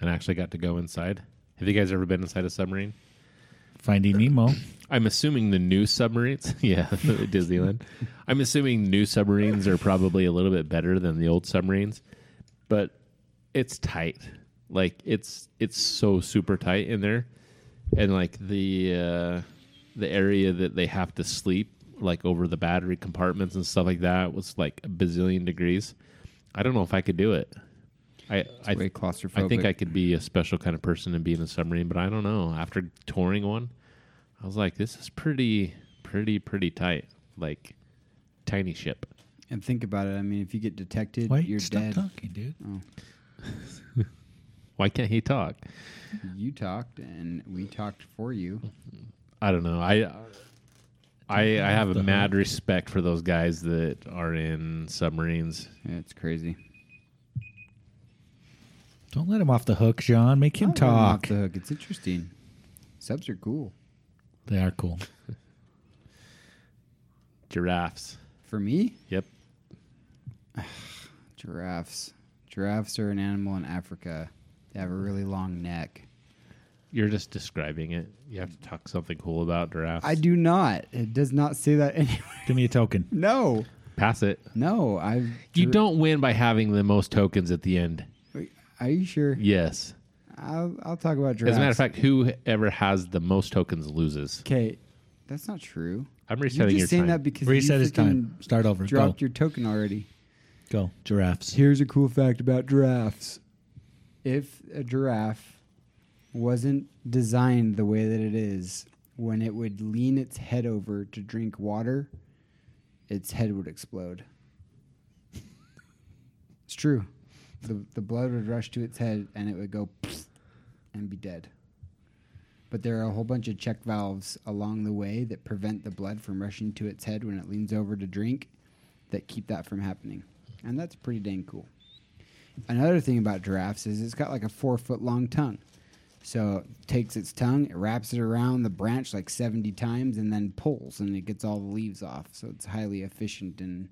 [SPEAKER 3] and actually got to go inside. Have you guys ever been inside a submarine?
[SPEAKER 2] Finding Nemo.
[SPEAKER 3] I'm assuming the new submarines, yeah, Disneyland. I'm assuming new submarines are probably a little bit better than the old submarines, but it's tight. Like it's it's so super tight in there, and like the uh, the area that they have to sleep, like over the battery compartments and stuff like that, was like a bazillion degrees. I don't know if I could do it. I I,
[SPEAKER 1] Way claustrophobic.
[SPEAKER 3] I think I could be a special kind of person and be in a submarine, but I don't know. After touring one, I was like, this is pretty, pretty, pretty tight. Like, tiny ship.
[SPEAKER 1] And think about it. I mean, if you get detected,
[SPEAKER 2] Wait,
[SPEAKER 1] you're
[SPEAKER 2] stop
[SPEAKER 1] dead. Oh,
[SPEAKER 2] talking, dude.
[SPEAKER 3] Why can't he talk?
[SPEAKER 1] You talked, and we talked for you.
[SPEAKER 3] I don't know. I. I, I have a mad respect for those guys that are in submarines.
[SPEAKER 1] Yeah, it's crazy.
[SPEAKER 2] Don't let him off the hook, John. Make him
[SPEAKER 1] Oh, Not letting off
[SPEAKER 2] talk.
[SPEAKER 1] the hook. It's interesting. Subs are cool.
[SPEAKER 2] They are cool.
[SPEAKER 3] Giraffes.
[SPEAKER 1] For me,
[SPEAKER 3] Yep.
[SPEAKER 1] giraffes. Giraffes are an animal in Africa. They have a really long neck.
[SPEAKER 3] You're just describing it. You have to talk something cool about giraffes.
[SPEAKER 1] I do not. It does not say that anywhere.
[SPEAKER 2] Give me a token.
[SPEAKER 1] No,
[SPEAKER 3] Pass it.
[SPEAKER 1] no. I.
[SPEAKER 3] You don't win by having the most tokens at the end.
[SPEAKER 1] Are you sure?
[SPEAKER 3] Yes.
[SPEAKER 1] I'll, I'll talk about giraffes.
[SPEAKER 3] As a matter of fact, whoever has the most tokens loses.
[SPEAKER 1] okay, that's not true.
[SPEAKER 3] I'm
[SPEAKER 1] You're
[SPEAKER 3] resetting
[SPEAKER 1] just
[SPEAKER 3] your
[SPEAKER 1] saying
[SPEAKER 3] time.
[SPEAKER 1] that because
[SPEAKER 2] Reset
[SPEAKER 1] you
[SPEAKER 2] his time.
[SPEAKER 1] freaking
[SPEAKER 2] Start over. Go.
[SPEAKER 3] Oh.
[SPEAKER 1] Dropped your token already.
[SPEAKER 2] Go. Giraffes.
[SPEAKER 1] Here's a cool fact about giraffes. If a giraffe wasn't designed the way that it is, when it would lean its head over to drink water, its head would explode. It's true. The, the blood would rush to its head and it would go and be dead. But there are a whole bunch of check valves along the way that prevent the blood from rushing to its head when it leans over to drink that keep that from happening. And that's pretty dang cool. Another thing about giraffes is it's got like a four foot long tongue. So it takes its tongue, it wraps it around the branch like 70 times, and then pulls, and it gets all the leaves off. So it's highly efficient in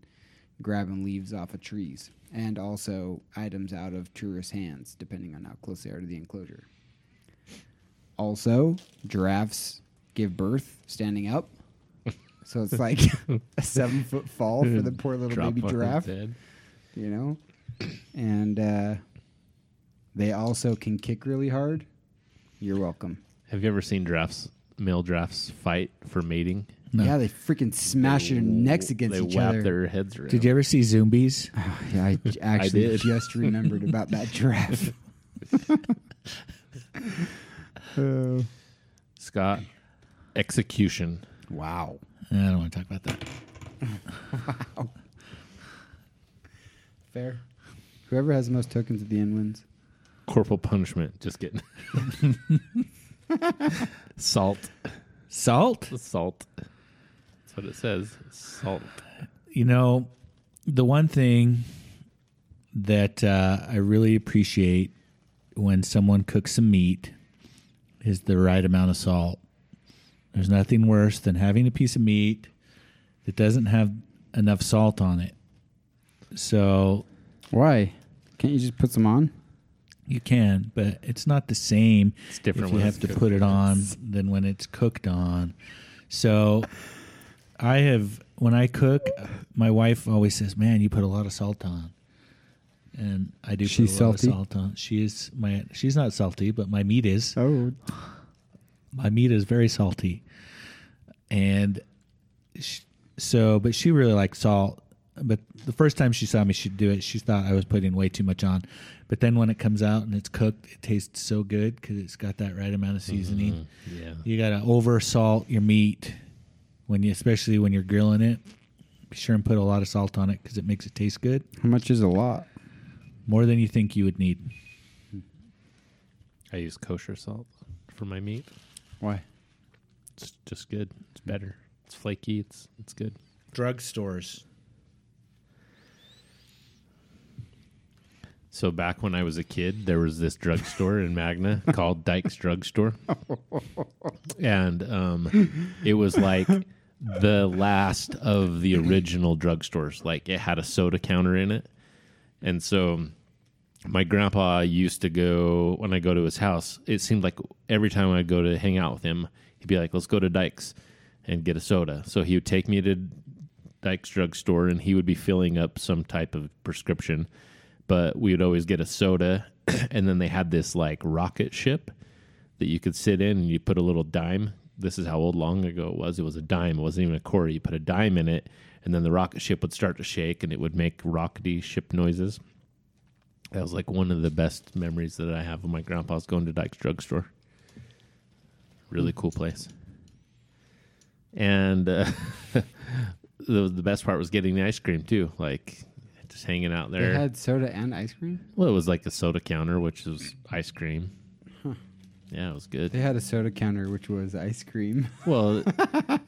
[SPEAKER 1] grabbing leaves off of trees and also items out of tourists' hands, depending on how close they are to the enclosure. Also, giraffes give birth standing up. So it's like a seven foot fall for the poor little
[SPEAKER 3] Drop
[SPEAKER 1] baby
[SPEAKER 3] on
[SPEAKER 1] giraffe
[SPEAKER 3] its head.
[SPEAKER 1] you know and uh, they also can kick really hard you're welcome
[SPEAKER 3] Have you ever seen giraffes, male giraffes, fight for mating?
[SPEAKER 2] No.
[SPEAKER 1] yeah they freaking smash their necks against
[SPEAKER 3] they
[SPEAKER 1] each
[SPEAKER 3] whap
[SPEAKER 1] other
[SPEAKER 3] their heads around.
[SPEAKER 2] Did you ever see Zombies?
[SPEAKER 1] yeah, i j- actually
[SPEAKER 3] did.
[SPEAKER 1] just remembered about that giraffe Oh.
[SPEAKER 3] Scott, execution.
[SPEAKER 1] wow
[SPEAKER 2] I don't want to talk about that.
[SPEAKER 1] fair whoever has the most tokens at the end wins
[SPEAKER 3] Corporal punishment. Just kidding. salt.
[SPEAKER 2] Salt.
[SPEAKER 3] Salt. That's what it says. Salt.
[SPEAKER 2] You know, the one thing that uh, I really appreciate when someone cooks some meat is the right amount of salt. There's nothing worse than having a piece of meat that doesn't have enough salt on it. So
[SPEAKER 1] Why? Can't you just put some on?
[SPEAKER 2] you can, but it's not the same.
[SPEAKER 3] It's different
[SPEAKER 2] If you
[SPEAKER 3] when
[SPEAKER 2] have
[SPEAKER 3] it's
[SPEAKER 2] to
[SPEAKER 3] cooked.
[SPEAKER 2] put it on than when it's cooked on. So I have when I cook, my wife always says, "Man, you put a lot of salt on," and I do.
[SPEAKER 1] She's
[SPEAKER 2] put a lot
[SPEAKER 1] salty?
[SPEAKER 2] of salt on. She is my. She's not salty, but my meat is.
[SPEAKER 1] Oh,
[SPEAKER 2] My meat is very salty, and sh so. But she really likes salt. But the first time she saw me, she do it. She thought I was putting way too much on. But then when it comes out and it's cooked, it tastes so good because it's got that right amount of seasoning.
[SPEAKER 3] Yeah.
[SPEAKER 2] You gotta over salt your meat when you, especially when you're grilling it. Be sure and put a lot of salt on it because it makes it taste good
[SPEAKER 1] how much is a lot?
[SPEAKER 2] more than you think you would need.
[SPEAKER 3] I use kosher salt for my meat.
[SPEAKER 1] Why?
[SPEAKER 3] It's just good. It's
[SPEAKER 1] Hmm.
[SPEAKER 3] better. It's flaky. It's it's good.
[SPEAKER 2] Drug stores.
[SPEAKER 3] So back when I was a kid, there was this drugstore in Magna called Dyke's Drugstore, and um, it was like the last of the original drugstores. Like it had a soda counter in it, and so my grandpa used to go when I go to his house. It seemed like every time I go to hang out with him, he'd be like, "Let's go to Dyke's and get a soda." So he would take me to Dyke's drugstore, and he would be filling up some type of prescription. But we would always get a soda, and then they had this like rocket ship that you could sit in, and you put a little dime. This is how old long ago it was. It was a dime. It wasn't even a quarter. You put a dime in it, and then the rocket ship would start to shake, and it would make rockety ship noises. That was like one of the best memories that I have of my grandpa's going to Dyke's drugstore. Really cool place. And uh, the the best part was getting the ice cream too, like just hanging out
[SPEAKER 1] They
[SPEAKER 3] there.
[SPEAKER 1] had soda and ice cream.
[SPEAKER 3] well, it was like a soda counter, which was ice cream. Yeah, it was good.
[SPEAKER 1] They had a soda counter, which was ice cream.
[SPEAKER 3] Well,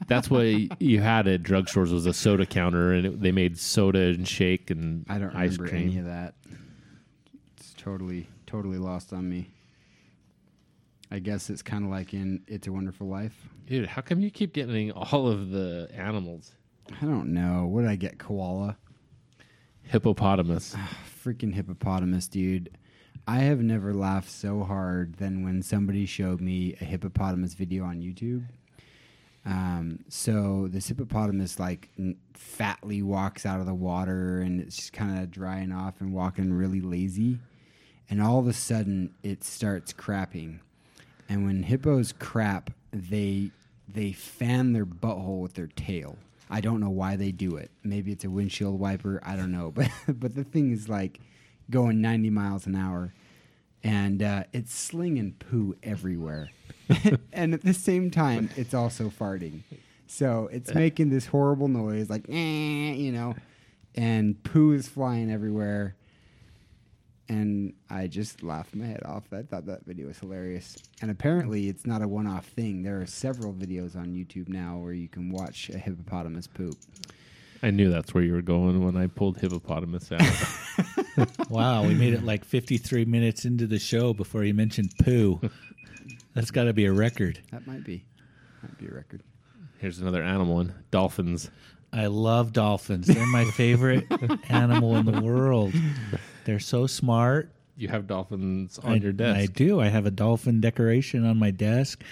[SPEAKER 3] that's what you had at drugstores was a soda counter, and it, they made soda and shake and
[SPEAKER 1] I don't
[SPEAKER 3] ice
[SPEAKER 1] remember
[SPEAKER 3] cream.
[SPEAKER 1] any of that. It's totally, totally lost on me. I guess it's kind of like in It's a Wonderful Life.
[SPEAKER 3] Dude, how come you keep getting all of the animals?
[SPEAKER 1] I don't know. What did I get? Koala?
[SPEAKER 3] Hippopotamus.
[SPEAKER 1] Ah. Freaking hippopotamus, dude. I have never laughed so hard than when somebody showed me a hippopotamus video on YouTube. Um, so this hippopotamus like n- fatly walks out of the water and it's just kind of drying off and walking really lazy. And all of a sudden it starts crapping. And when hippos crap, they they fan their butthole with their tail. I don't know why they do it. Maybe it's a windshield wiper. I don't know. But but the thing is like going 90 miles an hour and uh, it's slinging poo everywhere. and at the same time, it's also farting. So it's making this horrible noise, like, "Eh," you know, and poo is flying everywhere. And I just laughed my head off. I thought that video was hilarious. And apparently, it's not a one off thing. There are several videos on YouTube now where you can watch a hippopotamus poop.
[SPEAKER 3] I knew that's where you were going when I pulled hippopotamus out.
[SPEAKER 2] Wow, we made it like 53 minutes into the show before you mentioned poo. That's got to be a record.
[SPEAKER 1] That might be, might be a record.
[SPEAKER 3] Here's another animal one. Dolphins.
[SPEAKER 2] I love dolphins. They're my favorite animal in the world. They're so smart.
[SPEAKER 3] You have dolphins on
[SPEAKER 2] I,
[SPEAKER 3] your desk.
[SPEAKER 2] I do. I have a dolphin decoration on my desk.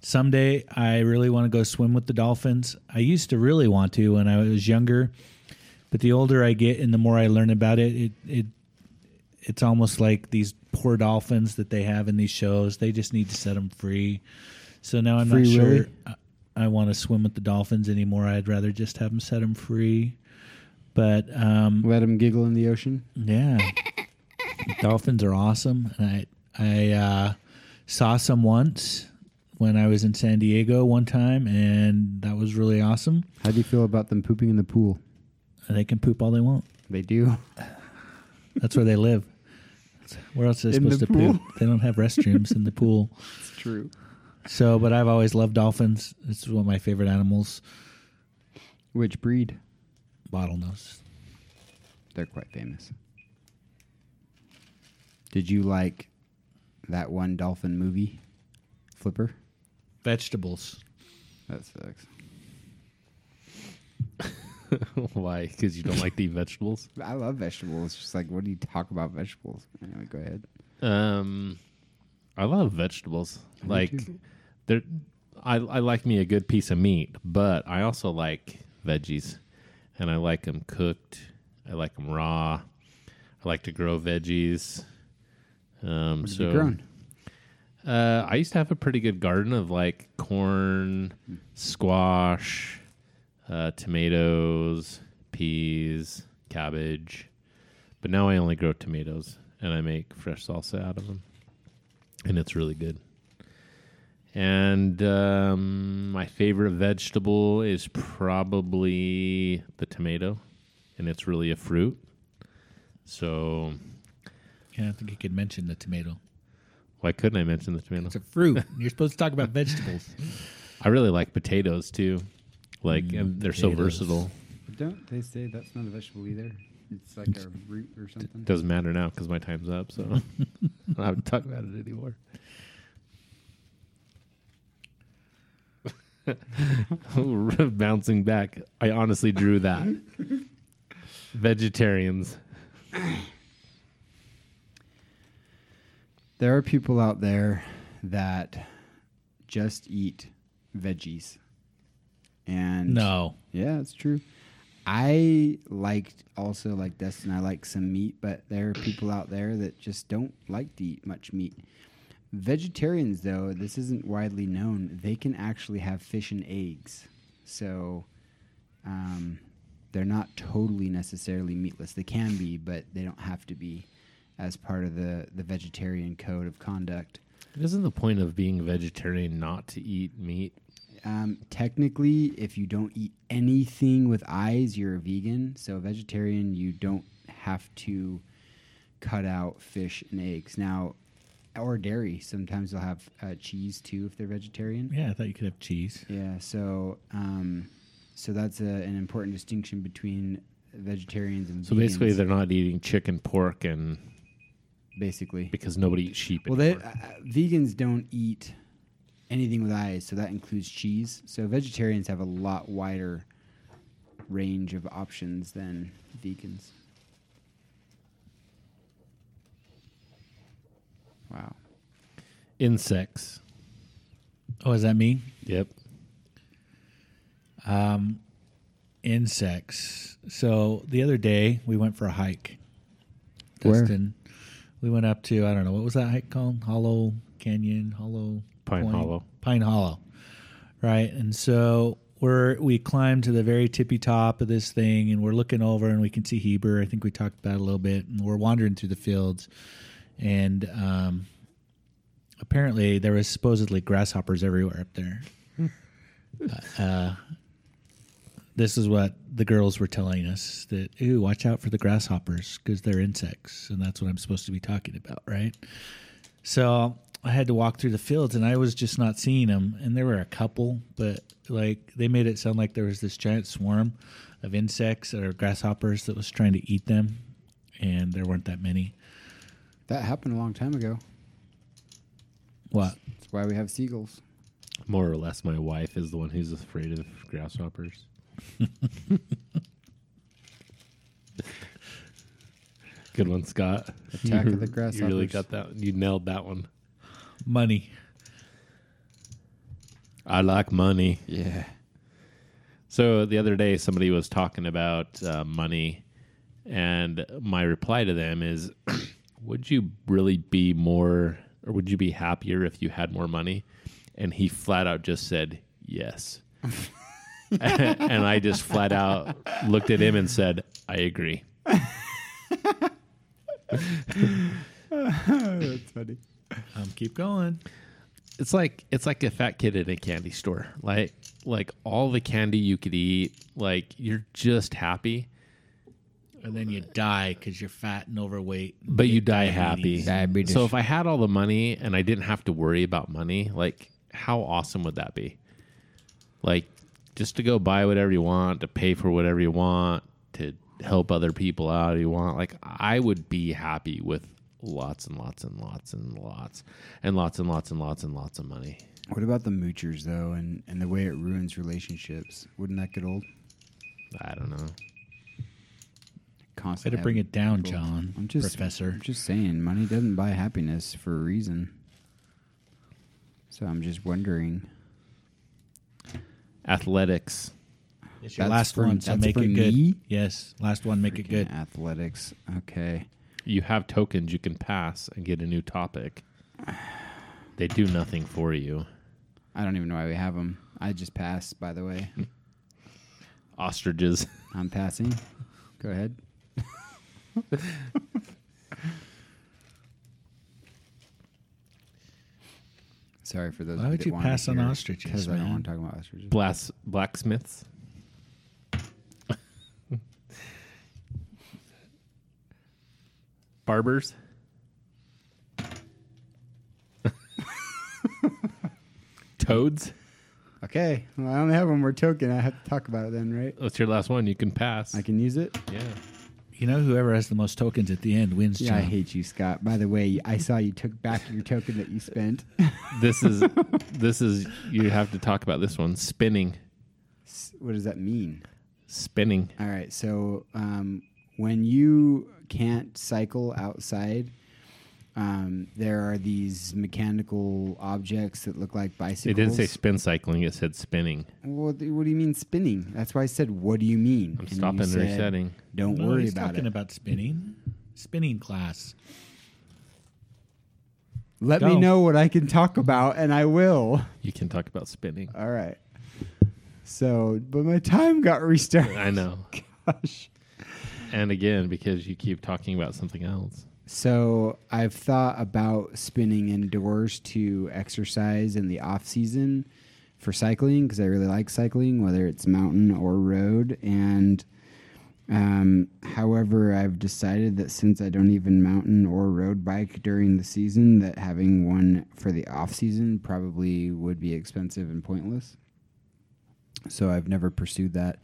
[SPEAKER 2] Someday I really want to go swim with the dolphins. I used to really want to when I was younger, but the older I get and the more I learn about it, it it it's almost like these poor dolphins that they have in these shows. They just need to set them free. So now I'm
[SPEAKER 1] Free
[SPEAKER 2] not
[SPEAKER 1] Willy?
[SPEAKER 2] sure I, I want to swim with the dolphins anymore. I'd rather just have them set them free. But um,
[SPEAKER 1] Let him giggle in the ocean.
[SPEAKER 2] yeah. Dolphins are awesome. And I I uh, saw some once when I was in San Diego one time and that was really awesome.
[SPEAKER 1] How do you feel about them pooping in the pool?
[SPEAKER 2] They can poop all they want.
[SPEAKER 1] They do.
[SPEAKER 2] That's where they live. Where else are they
[SPEAKER 1] In the
[SPEAKER 2] supposed to poop? They don't have restrooms in the pool.
[SPEAKER 1] It's true.
[SPEAKER 2] So but I've always loved dolphins. It's one of my favorite animals.
[SPEAKER 1] Which breed?
[SPEAKER 2] Bottlenose.
[SPEAKER 1] They're quite famous. Did you like that one dolphin movie? Flipper.
[SPEAKER 2] Vegetables.
[SPEAKER 1] That sucks.
[SPEAKER 3] Why? Because you don't like to eat vegetables.
[SPEAKER 1] I love vegetables. It's just like, what do you talk about vegetables? Anyway, go ahead.
[SPEAKER 3] Um, I love vegetables. like, they're, I I like me a good piece of meat, but I also like veggies, and I like them cooked. I like them raw. I like to grow veggies. Um,
[SPEAKER 1] What have
[SPEAKER 3] so
[SPEAKER 1] you grown?
[SPEAKER 3] Uh, I used to have a pretty good garden of like corn, squash, uh, tomatoes, peas, cabbage, but now I only grow tomatoes and I make fresh salsa out of them, and it's really good. And um, my favorite vegetable is probably the tomato, and it's really a fruit. So
[SPEAKER 2] Yeah, I don't think you could mention the tomato.
[SPEAKER 3] why couldn't I mention the tomato?
[SPEAKER 2] It's a fruit. You're supposed to talk about vegetables.
[SPEAKER 3] I really like potatoes too. Like and they're so
[SPEAKER 2] potatoes.
[SPEAKER 3] versatile.
[SPEAKER 1] Don't they say that's not a vegetable either? It's like a root or something.
[SPEAKER 3] Doesn't matter now because my time's up, so I don't have to talk about it anymore. Bouncing back, I honestly drew that. Vegetarians.
[SPEAKER 1] There are people out there that just eat veggies. And
[SPEAKER 2] No.
[SPEAKER 1] Yeah, it's true. I liked also like Dustin, I like some meat, but there are people out there that just don't like to eat much meat. Vegetarians though, this isn't widely known, they can actually have fish and eggs. So um, they're not totally necessarily meatless. They can be, but they don't have to be as part of the, the vegetarian code of conduct.
[SPEAKER 3] Isn't the point of being vegetarian not to eat meat?
[SPEAKER 1] Um, technically, if you don't eat anything with eyes, you're a vegan. So, vegetarian, you don't have to cut out fish and eggs. Now, or dairy. Sometimes they'll have uh, cheese too if they're vegetarian.
[SPEAKER 2] Yeah, I thought you could have cheese.
[SPEAKER 1] Yeah, so um, so that's a, an important distinction between vegetarians and
[SPEAKER 3] So basically,
[SPEAKER 1] vegans,
[SPEAKER 3] they're not eating chicken, pork, and
[SPEAKER 1] basically
[SPEAKER 3] because nobody eats sheep.
[SPEAKER 1] Well, they,
[SPEAKER 3] anymore.
[SPEAKER 1] uh, uh, vegans don't eat anything with eyes, so that includes cheese. So vegetarians have a lot wider range of options than vegans. Wow.
[SPEAKER 3] insects.
[SPEAKER 2] Oh, is that me?
[SPEAKER 3] Yep.
[SPEAKER 2] Insects. So the other day we went for a hike.
[SPEAKER 1] Where?
[SPEAKER 2] Dustin, we went up to I don't know what was that hike called? Hollow Canyon, Hollow
[SPEAKER 3] Pine Hollow.
[SPEAKER 2] Pine Hollow. Right. And so we're we climbed to the very tippy top of this thing and we're looking over and we can see Heber. I think we talked about it a little bit and we're wandering through the fields and um apparently there was supposedly grasshoppers everywhere up there. uh, this is what the girls were telling us that ooh, watch out for the grasshoppers because they're insects, and that's what I'm supposed to be talking about, right? So I had to walk through the fields, and I was just not seeing them. And there were a couple, but like they made it sound like there was this giant swarm of insects or grasshoppers that was trying to eat them, and there weren't that many.
[SPEAKER 1] That happened a long time ago.
[SPEAKER 2] What?
[SPEAKER 1] That's why we have seagulls.
[SPEAKER 3] More or less, my wife is the one who's afraid of grasshoppers. Good one, Scott.
[SPEAKER 1] Attack of the
[SPEAKER 3] You really
[SPEAKER 1] grasshoppers.
[SPEAKER 3] got that. You nailed that one.
[SPEAKER 2] Money.
[SPEAKER 3] I like money.
[SPEAKER 1] yeah.
[SPEAKER 3] So the other day, somebody was talking about uh, money, and my reply to them is, "Would you really be more, or would you be happier if you had more money?" And he flat out just said, "Yes." and I just flat out looked at him and said, "I agree."
[SPEAKER 1] Oh, That's funny.
[SPEAKER 2] Um, keep going.
[SPEAKER 3] it's like it's like a fat kid in a candy store. Like like all the candy you could eat, like you're just happy,
[SPEAKER 2] and then you die because you're fat and overweight.
[SPEAKER 3] but you die happy.
[SPEAKER 1] Diabetes.
[SPEAKER 3] So if I had all the money and I didn't have to worry about money, like how awesome would that be? Like just to go buy whatever you want, to pay for whatever you want, to help other people out you want. Like I would be happy with lots and lots and lots and lots and lots and lots and lots and lots of money.
[SPEAKER 1] What about the moochers though, and and the way it ruins relationships? Wouldn't that get old?
[SPEAKER 3] I don't know.
[SPEAKER 1] Constant.
[SPEAKER 2] Way to bring it down,
[SPEAKER 1] people.
[SPEAKER 2] John,
[SPEAKER 1] I'm just
[SPEAKER 2] Professor.
[SPEAKER 1] I'm just saying, money doesn't buy happiness for a reason. So I'm just wondering.
[SPEAKER 3] Athletics.
[SPEAKER 2] It's your
[SPEAKER 1] That's
[SPEAKER 2] last
[SPEAKER 1] for-
[SPEAKER 2] one, so
[SPEAKER 1] that's
[SPEAKER 2] make
[SPEAKER 1] for
[SPEAKER 2] it good.
[SPEAKER 1] me?
[SPEAKER 2] Yes, last one, make it good.
[SPEAKER 1] Athletics. Okay.
[SPEAKER 3] You have tokens you can pass and get a new topic. They do nothing for you.
[SPEAKER 1] I don't even know why we have them. I just passed, by the way.
[SPEAKER 3] Ostriches.
[SPEAKER 1] I'm passing. Go ahead. Sorry for those.
[SPEAKER 2] Why
[SPEAKER 1] of
[SPEAKER 2] would
[SPEAKER 1] that
[SPEAKER 2] you
[SPEAKER 1] wanted to
[SPEAKER 2] pass on
[SPEAKER 1] hear it,
[SPEAKER 2] ostriches,
[SPEAKER 1] 'cause I don't
[SPEAKER 2] man?
[SPEAKER 1] want to talk about ostriches.
[SPEAKER 3] Blas- blacksmiths. Barbers. Toads.
[SPEAKER 1] Okay. Well, I only have one more token. I have to talk about it then, right?
[SPEAKER 3] That's your last one. You can pass.
[SPEAKER 1] I can use it.
[SPEAKER 3] yeah.
[SPEAKER 2] You know, whoever has the most tokens at the end wins.
[SPEAKER 1] Yeah,
[SPEAKER 2] John.
[SPEAKER 1] I hate you, Scott. By the way, I saw you took back your token that you spent.
[SPEAKER 3] This is this is you have to talk about this one. Spinning.
[SPEAKER 1] S- what does that mean?
[SPEAKER 3] Spinning.
[SPEAKER 1] All right. So um, when you can't cycle outside, um, there are these mechanical objects that look like bicycles.
[SPEAKER 3] It didn't say spin cycling, it said spinning.
[SPEAKER 1] Well, th- what do you mean spinning? That's why I said, "What do you mean?"
[SPEAKER 3] I'm
[SPEAKER 1] And you
[SPEAKER 3] stopping and
[SPEAKER 1] said,
[SPEAKER 3] resetting.
[SPEAKER 1] Don't
[SPEAKER 2] No,
[SPEAKER 1] worry
[SPEAKER 2] he's
[SPEAKER 1] about
[SPEAKER 2] talking
[SPEAKER 1] it.
[SPEAKER 2] about spinning, spinning class.
[SPEAKER 1] Let
[SPEAKER 2] Go.
[SPEAKER 1] me know what I can talk about, and I will.
[SPEAKER 3] You can talk about spinning.
[SPEAKER 1] All right. So, but my time got restarted.
[SPEAKER 3] I know.
[SPEAKER 1] Gosh.
[SPEAKER 3] And again, because you keep talking about something else.
[SPEAKER 1] So I've thought about spinning indoors to exercise in the off season for cycling because I really like cycling, whether it's mountain or road. And um, however, I've decided that since I don't even mountain or road bike during the season, that having one for the off season probably would be expensive and pointless. So I've never pursued that.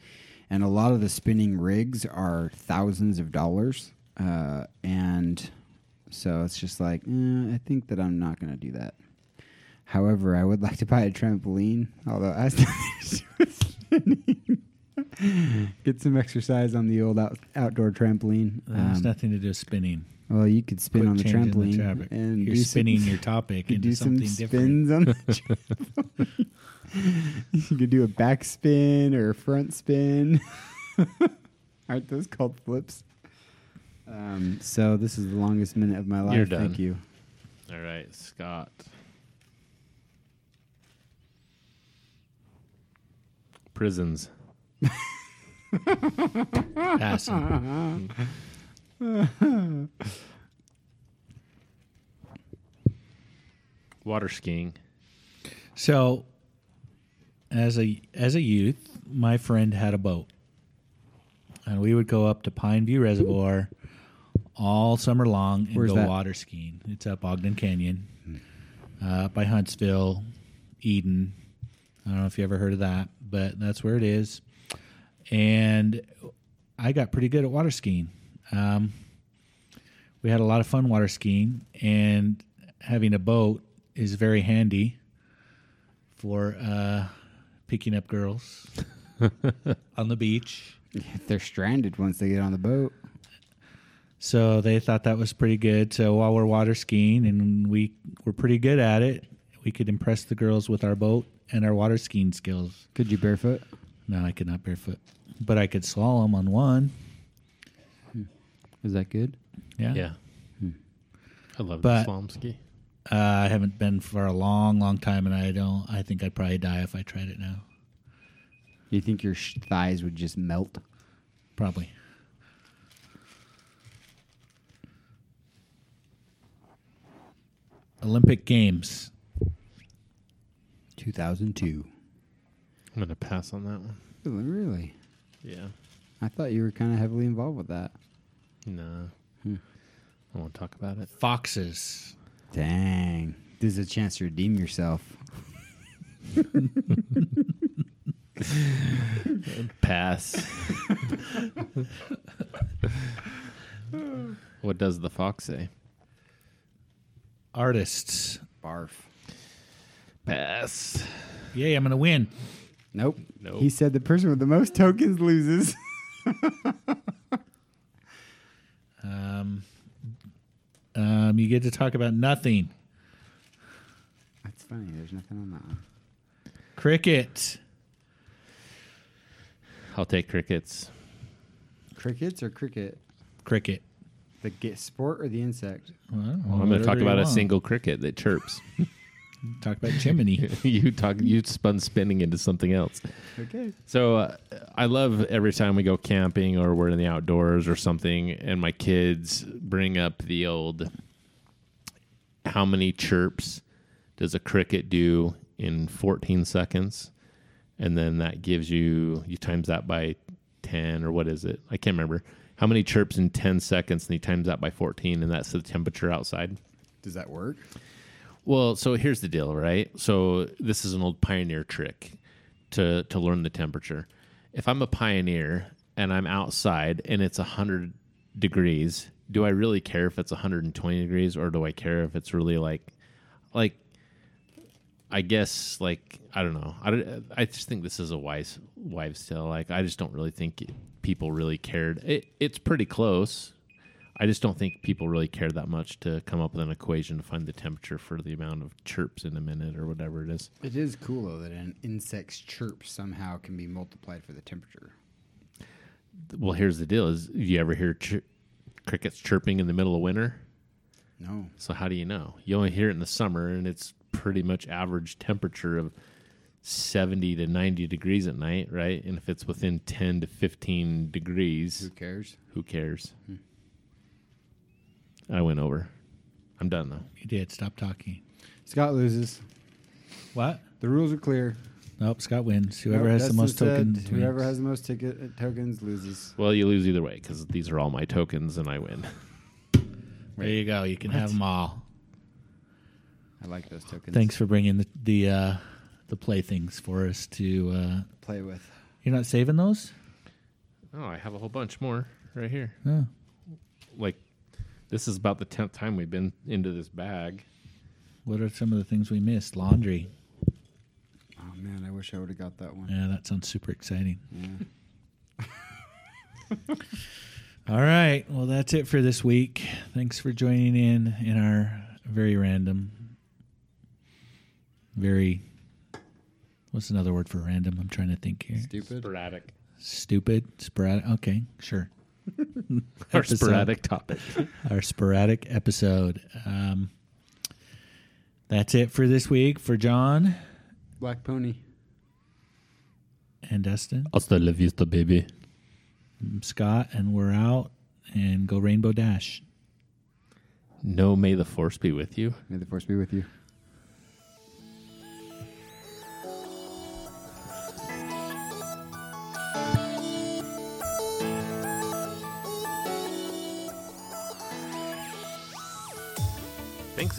[SPEAKER 1] And a lot of the spinning rigs are thousands of dollars. Uh, and so it's just like, eh, I think that I'm not going to do that. However, I would like to buy a trampoline, although I Get some exercise on the old out, outdoor trampoline.
[SPEAKER 2] It has
[SPEAKER 1] Um,
[SPEAKER 2] Uh, nothing to do with spinning.
[SPEAKER 1] well, you could spin
[SPEAKER 2] Quit
[SPEAKER 1] on the
[SPEAKER 2] changing
[SPEAKER 1] trampoline
[SPEAKER 2] topic.
[SPEAKER 1] and
[SPEAKER 2] you're
[SPEAKER 1] do some-
[SPEAKER 2] spinning your topic
[SPEAKER 1] could
[SPEAKER 2] into
[SPEAKER 1] do some
[SPEAKER 2] something
[SPEAKER 1] spins
[SPEAKER 2] different.
[SPEAKER 1] on the trampoline. you could do a back spin or a front spin. Aren't those called flips? Um, so this is the longest minute of my life.
[SPEAKER 3] You're done.
[SPEAKER 1] Thank you.
[SPEAKER 3] All right, Scott. Prisons.
[SPEAKER 2] Passing.
[SPEAKER 3] Water skiing.
[SPEAKER 2] So, as a as a youth, my friend had a boat, and we would go up to Pine View Reservoir all summer long and
[SPEAKER 1] Where's
[SPEAKER 2] go
[SPEAKER 1] that?
[SPEAKER 2] water skiing. It's up Ogden Canyon, uh, by Huntsville, Eden. I don't know if you ever heard of that, but that's where it is. And I got pretty good at water skiing. Um, we had a lot of fun water skiing, and having a boat is very handy for uh, picking up girls on the beach.
[SPEAKER 1] They're stranded once they get on the boat.
[SPEAKER 2] So they thought that was pretty good. So while we're water skiing and we were pretty good at it, we could impress the girls with our boat and our water skiing skills.
[SPEAKER 1] Could you barefoot?
[SPEAKER 2] No, I could not barefoot, but I could slalom on one.
[SPEAKER 1] Is that good?
[SPEAKER 2] Yeah. Hmm.
[SPEAKER 3] Yeah. I love
[SPEAKER 2] But-
[SPEAKER 3] the slalom ski.
[SPEAKER 2] Uh, I haven't been for a long, long time, and I don't. I think I'd probably die if I tried it now.
[SPEAKER 1] You think your sh- thighs would just melt?
[SPEAKER 2] Probably. Olympic Games.
[SPEAKER 1] 2002.
[SPEAKER 3] I'm going to pass on that one.
[SPEAKER 1] Really?
[SPEAKER 3] Yeah.
[SPEAKER 1] I thought you were kind of heavily involved with that.
[SPEAKER 3] No.
[SPEAKER 2] Hmm.
[SPEAKER 3] I won't talk about it.
[SPEAKER 2] Foxes.
[SPEAKER 1] Dang. This is a chance to redeem yourself.
[SPEAKER 3] Pass. what does the fox say?
[SPEAKER 2] Artists.
[SPEAKER 1] Barf.
[SPEAKER 3] Pass.
[SPEAKER 2] Yay, I'm going to win.
[SPEAKER 1] Nope.
[SPEAKER 3] Nope.
[SPEAKER 1] He said the person with the most tokens loses.
[SPEAKER 2] Um, um, you get to talk about nothing.
[SPEAKER 1] That's funny. There's nothing on that one.
[SPEAKER 2] Cricket.
[SPEAKER 3] I'll take crickets.
[SPEAKER 1] Crickets or cricket?
[SPEAKER 2] Cricket.
[SPEAKER 1] The ge- sport or the insect?
[SPEAKER 3] I'm going to talk about a single cricket that chirps.
[SPEAKER 2] Talk about chimney.
[SPEAKER 3] you talk. You spun spinning into something else.
[SPEAKER 1] Okay.
[SPEAKER 3] So uh, I love every time we go camping or we're in the outdoors or something, and my kids bring up the old how many chirps does a cricket do in 14 seconds? And then that gives you, you times that by 10 or what is it? I can't remember. How many chirps in 10 seconds and you times that by 14, and that's the temperature outside.
[SPEAKER 1] Does that work?
[SPEAKER 3] Well, so here's the deal, right? So this is an old pioneer trick to to learn the temperature. If I'm a pioneer and I'm outside and it's 100 degrees, do I really care if it's 120 degrees or do I care if it's really like like I guess like I don't know. I, don't- I just think this is a wise wives tale. Like I just don't really think people really cared. It, it's pretty close. I just don't think people really care that much to come up with an equation to find the temperature for the amount of chirps in a minute or whatever it is.
[SPEAKER 1] It is cool, though, that an insect's chirp somehow can be multiplied for the temperature.
[SPEAKER 3] Well, here's the deal: is you ever hear chir- crickets chirping in the middle of winter?
[SPEAKER 1] No.
[SPEAKER 3] So how do you know? You only hear it in the summer, and it's pretty much average temperature of seventy to ninety degrees at night, right? And if it's within ten to
[SPEAKER 1] Who
[SPEAKER 3] fifteen degrees,
[SPEAKER 1] cares?
[SPEAKER 3] who cares? I went over. I'm done though.
[SPEAKER 2] you did. Stop talking.
[SPEAKER 1] Scott loses.
[SPEAKER 2] What?
[SPEAKER 1] The rules are clear.
[SPEAKER 2] Nope. Scott wins. Whoever
[SPEAKER 1] Nope,
[SPEAKER 2] has the
[SPEAKER 1] that's
[SPEAKER 2] most
[SPEAKER 1] what it said.
[SPEAKER 2] tokens.
[SPEAKER 1] Whoever
[SPEAKER 2] wins.
[SPEAKER 1] has the most ticket, uh, tokens loses.
[SPEAKER 3] Well, you lose either way because these are all my tokens, and I win.
[SPEAKER 2] There you go. You can have them all.
[SPEAKER 1] I like those tokens.
[SPEAKER 2] Thanks for bringing the the, uh, the playthings for us to. Uh,
[SPEAKER 1] Play with.
[SPEAKER 2] you're not saving those?
[SPEAKER 3] Oh, I have a whole bunch more right here.
[SPEAKER 2] Oh.
[SPEAKER 3] Like, this is about the tenth time we've been into this bag.
[SPEAKER 2] What are some of the things we missed? Laundry.
[SPEAKER 1] Oh, man. I wish I would have got that one.
[SPEAKER 2] Yeah, that sounds super exciting. All right. Well, that's it for this week. Thanks for joining in in our very random, very. What's another word for random? I'm trying to think here.
[SPEAKER 1] Stupid.
[SPEAKER 3] Sporadic
[SPEAKER 2] Stupid, sporadic. Okay, sure.
[SPEAKER 3] or
[SPEAKER 2] Episode.
[SPEAKER 3] sporadic topic.
[SPEAKER 2] Our sporadic episode. Um, that's it for this week for John
[SPEAKER 1] Black pony.
[SPEAKER 2] and Dustin,
[SPEAKER 3] Hasta la vista, baby.
[SPEAKER 2] and Scott, and we're out. And go Rainbow Dash.
[SPEAKER 3] No, may the force be with you.
[SPEAKER 1] May the force be with you.
[SPEAKER 4] Thanks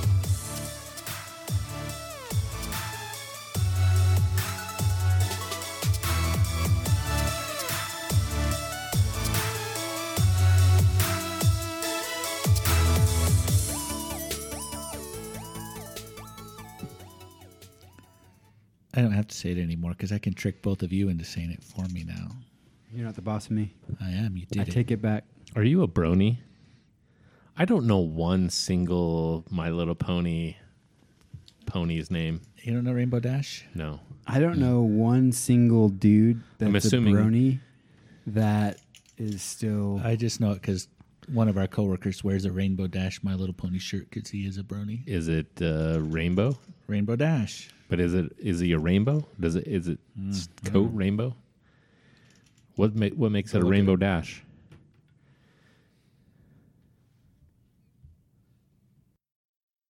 [SPEAKER 2] I don't have to say it anymore because I can trick both of you into saying it for me now.
[SPEAKER 1] You're not the boss of me.
[SPEAKER 2] I am. You did
[SPEAKER 1] I
[SPEAKER 2] it.
[SPEAKER 1] take it back.
[SPEAKER 3] Are you a brony? I don't know one single My Little Pony pony's name.
[SPEAKER 2] you don't know Rainbow Dash?
[SPEAKER 3] No.
[SPEAKER 1] I don't know one single dude that's
[SPEAKER 3] I'm assuming-
[SPEAKER 1] a brony that is still.
[SPEAKER 2] I just know it because one of our coworkers wears a Rainbow Dash My Little Pony shirt because he is a brony.
[SPEAKER 3] Is it uh, rainbow?
[SPEAKER 2] Rainbow Dash.
[SPEAKER 3] But is it is he a rainbow? Does it is it s- coat rainbow? What ma- what makes it a rainbow dash?